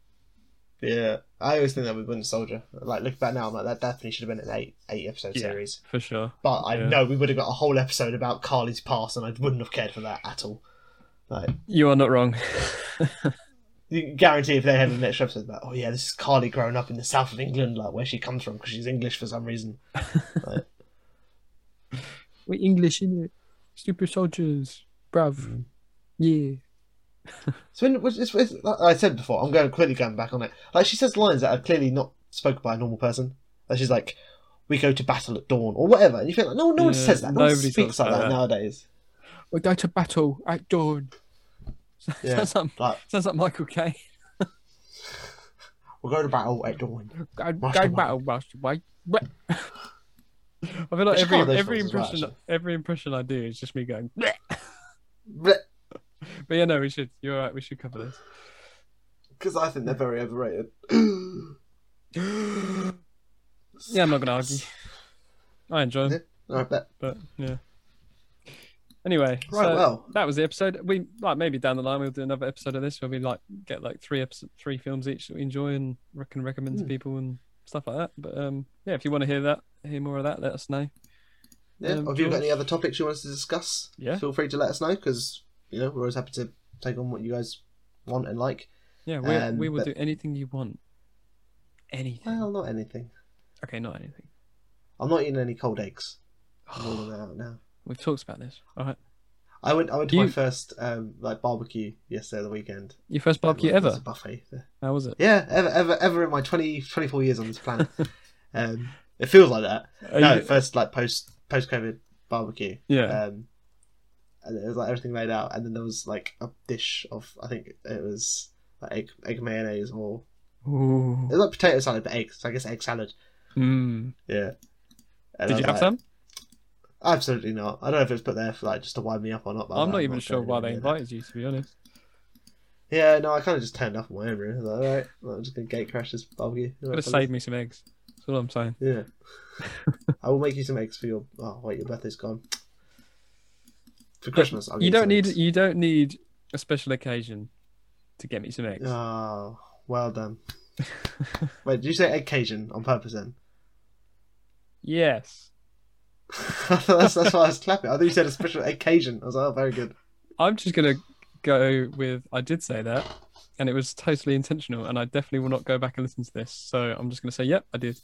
Yeah, I always think that with Winter Soldier. Like look back now, I'm like that definitely should have been an eight eight episode Yeah. series. For sure. But I Yeah. know we would have got a whole episode about Carly's past, and I wouldn't have cared for that at all. Like You are not wrong. you can guarantee if they had an extra episode about, oh yeah, this is Carly growing up in the south of England, like where she comes from because she's English for some reason. we English in it. Super soldiers, Mm. bruv. Yeah. So when, which is, it's, like I said before, I'm going quickly going back on it. Like she says lines that are clearly not spoken by a normal person. Like she's like, "We go to battle at dawn" or whatever, and you think like, no, no one Yeah, says that. No one nobody speaks talks like like that, that. nowadays. We go to battle at dawn. Yeah, Sounds, like, like sounds like Michael K. We'll go to battle at dawn. Go, go Mastermind. battle, mastermind. What? I feel like It's every kind of those every ones as well, impression every impression I do is just me going. "Bleh." Because But yeah, no, we should. You're right. We should cover this. I think they're very overrated. Yeah, I'm not gonna argue. I enjoy them, Alright, bet. but yeah. Anyway, Right, so well. that was the episode. We like maybe down the line we'll do another episode of this where we like get like three episode, three films each that we enjoy and re- can recommend to Hmm. people and stuff like that. But um, yeah, if you want to hear that, hear more of that, let us know. Yeah. Um, have you got George? any other topics you want us to discuss? Yeah. Feel free to let us know because you know we're always happy to take on what you guys want and like. Yeah, we Um, we will but- do anything you want. Anything. Well, not anything. okay, not anything. I'm not eating any cold eggs. I'm all the way out now. We've talked about this. All right, I went. I went to my You- first um, like barbecue yesterday at the weekend. your first barbecue Like, there's ever. A buffet. How was it? Yeah, ever, ever, ever in my 20, 24 years on this planet. um, it feels like that. Are no, you- first like post post COVID barbecue. yeah. Um, and it was like everything laid out, and then there was like a dish of I think it was like egg, egg mayonnaise or Ooh. it was like potato salad but eggs. So I guess egg salad. Mm. Yeah. And I Did was you have like, some? Absolutely not. I don't know if it was put there for like just to wind me up or not. But I was I'm like, not even sure going why in they there. invited you, to be honest. Yeah, no, I kind of just turned up on my own. Really. I was like, all right, well, I'm just gonna gate crash this barbecue. Could have saved me some eggs. That's all I'm saying. Yeah. I will make you some eggs for your. Oh wait, your birthday's gone. For Christmas, I'll you get don't you need some you don't need a special occasion to get me some eggs. eggs. Oh, well done. wait, did you say occasion on purpose then? Yes. that's, that's why I was clapping. I thought you said a special occasion. I was like, oh, very good. I'm just gonna go with I did say that and it was totally intentional and I definitely will not go back and listen to this. So I'm just gonna say, Yep, I did.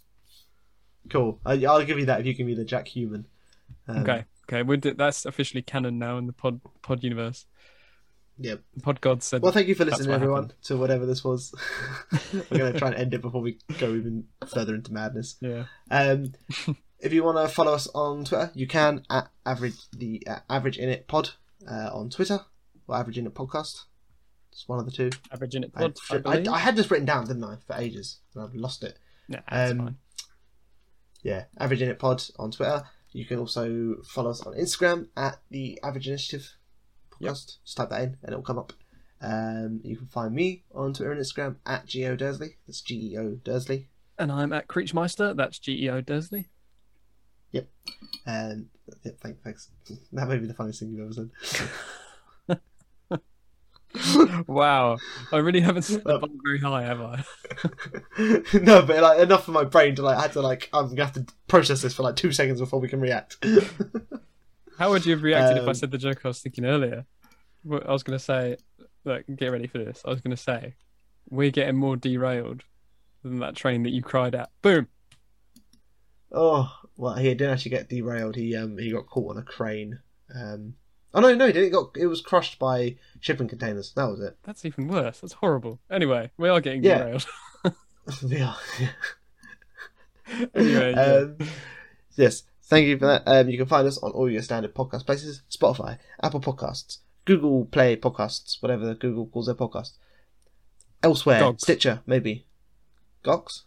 Cool. I, I'll give you that if you give me the Jack Human. Um, Okay. Okay, we did, that's officially canon now in the pod pod universe. Yep. The pod god said Well, thank you for That's listening, what everyone, to whatever this was. We're going to try and end it before we go even further into madness. Yeah. Um, if you want to follow us on Twitter, you can at average the uh, average in it pod uh, on Twitter or average in it podcast. It's one of the two. Average in it I, pod, I, should- I, believe. I had this written down, didn't I, for ages, and I've lost it. Nah, that's um, fine. Yeah, average in it pod on Twitter. You can also follow us on Instagram at the average initiative podcast. Just type that in, and it'll come up. Um, you can find me on Twitter and Instagram at geo dursley. That's G E O dursley. And I'm at Creechmeister, that's G E O Dursley. Um, yeah, thanks, thanks. That may be the funniest thing you've ever said. wow, I really haven't set the Well- bar very high, have I? no, but like enough for my brain to like. I had to like. I'm gonna have to process this for like two seconds before we can react. How would you have reacted if I Um, said the joke I was thinking earlier? Wh- I was going to say, look, get ready for this. I was going to say, we're getting more derailed than that train that you cried at. Boom. oh, well, he didn't actually get derailed. He um he got caught on a crane. Um, oh no, no, he didn't. It got it was crushed by shipping containers. That was it. That's even worse. That's horrible. Anyway, we are getting Yeah. derailed. yeah. anyway, yeah. Um, yes, thank you for that. Um, you can find us on all your standard podcast places: Spotify, Apple Podcasts, Google Play Podcasts, whatever Google calls their podcasts. Elsewhere, Gogs. Stitcher, maybe. Gox.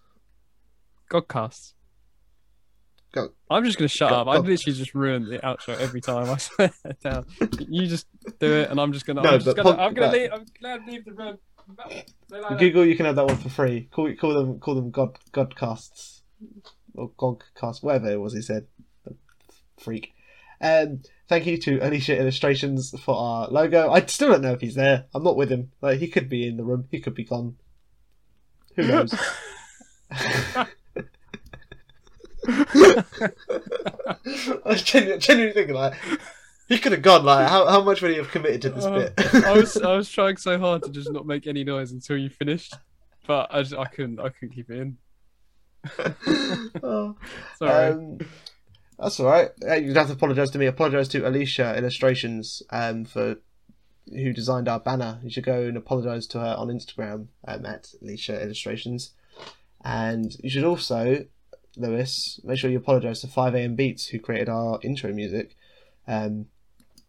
Godcasts. Go- I'm just going to shut Go- up. I go- literally just ruined the outro every time I swear down. You just do it, and I'm just going to. No, I'm just but going pod- to. I'm going but- to leave. I'm going to leave the room. Bye. Bye-bye. Google, you can have that one for free. Call call them call them God Godcasts or Gogcasts, whatever it was he said. Freak. Um, thank you to Alicia Illustrations for our logo. I still don't know if he's there. I'm not with him. Like he could be in the room. He could be gone. Who knows? I was genuinely, genuinely thinking like he could have gone. Like how, how much would he have committed to this Oh, bit? I was I was trying so hard to just not make any noise until you finished, but I, just, I couldn't I couldn't keep it in. Oh. Sorry. Um, that's all right. Uh, You'd have to apologise to me. Apologise to Alicia Illustrations um, for who designed our banner. You should go and apologise to her on Instagram um, at Alicia Illustrations, and you should also, Lewis, make sure you apologise to Five AM Beats who created our intro music. Um,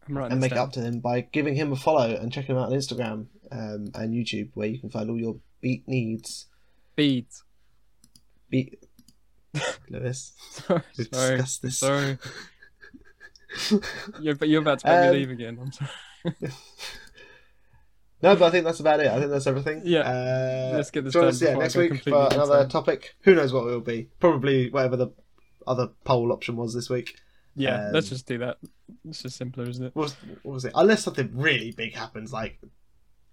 I'm right. and make up to him by giving him a follow and checking him out on Instagram. um, and YouTube, where you can find all your beat needs. Beads. Beat Lewis. Sorry, We've sorry, discussed this. sorry. You're, but you're about to make Um, me leave again. I'm sorry. No, but I think that's about it. I think that's everything. Yeah. Uh, Let's get this join done us yeah, before I next go week completely for another insane. topic. Who knows what it will be? Probably whatever the other poll option was this week. Yeah, um, let's just do that. It's just simpler, isn't it? What was, what was it? Unless something really big happens, like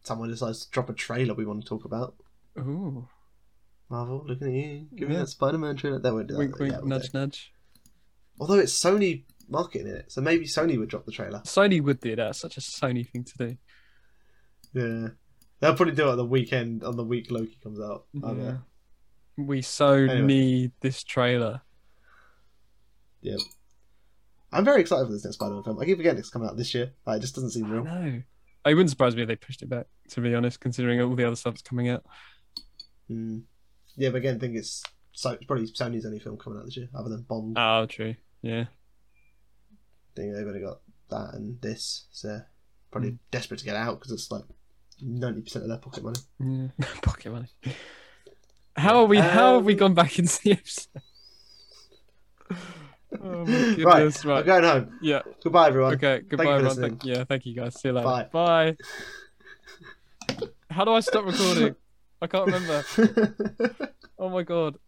someone decides to drop a trailer we want to talk about. Ooh, Marvel, looking at you. Give me Yeah. that Spider-Man trailer. They won't do that. wink, Yeah, wink, we'll do it. nudge, nudge. Although it's Sony marketing it, so maybe Sony would drop the trailer. Sony would do that. It's such a Sony thing to do. Yeah. They'll probably do it on the weekend, on the week Loki comes out. I don't Yeah. know. We so Oh, Anyway. need this trailer. I'm very excited for this next Spider-Man film. I keep forgetting it's coming out this year. Like, it just doesn't seem I real. know. It wouldn't surprise me if they pushed it back. To be honest, considering all the other stuff that's coming out. Mm. Yeah, but again, I think it's so it's probably Sony's only film coming out this year, other than Bond. I Oh, true. Yeah. think they've only got that and this, so Mm. probably desperate to get out because it's like ninety percent of their pocket money. Yeah. Pocket money. How are we? how have we Um, gone back into the episode? oh my right, goodness! I'm Right. going home. Yeah. Goodbye, everyone. Okay. Goodbye, for everyone. listening. Thank, yeah. Thank you guys. See you later. Bye. Bye. How do I stop recording? I can't remember. Oh my god.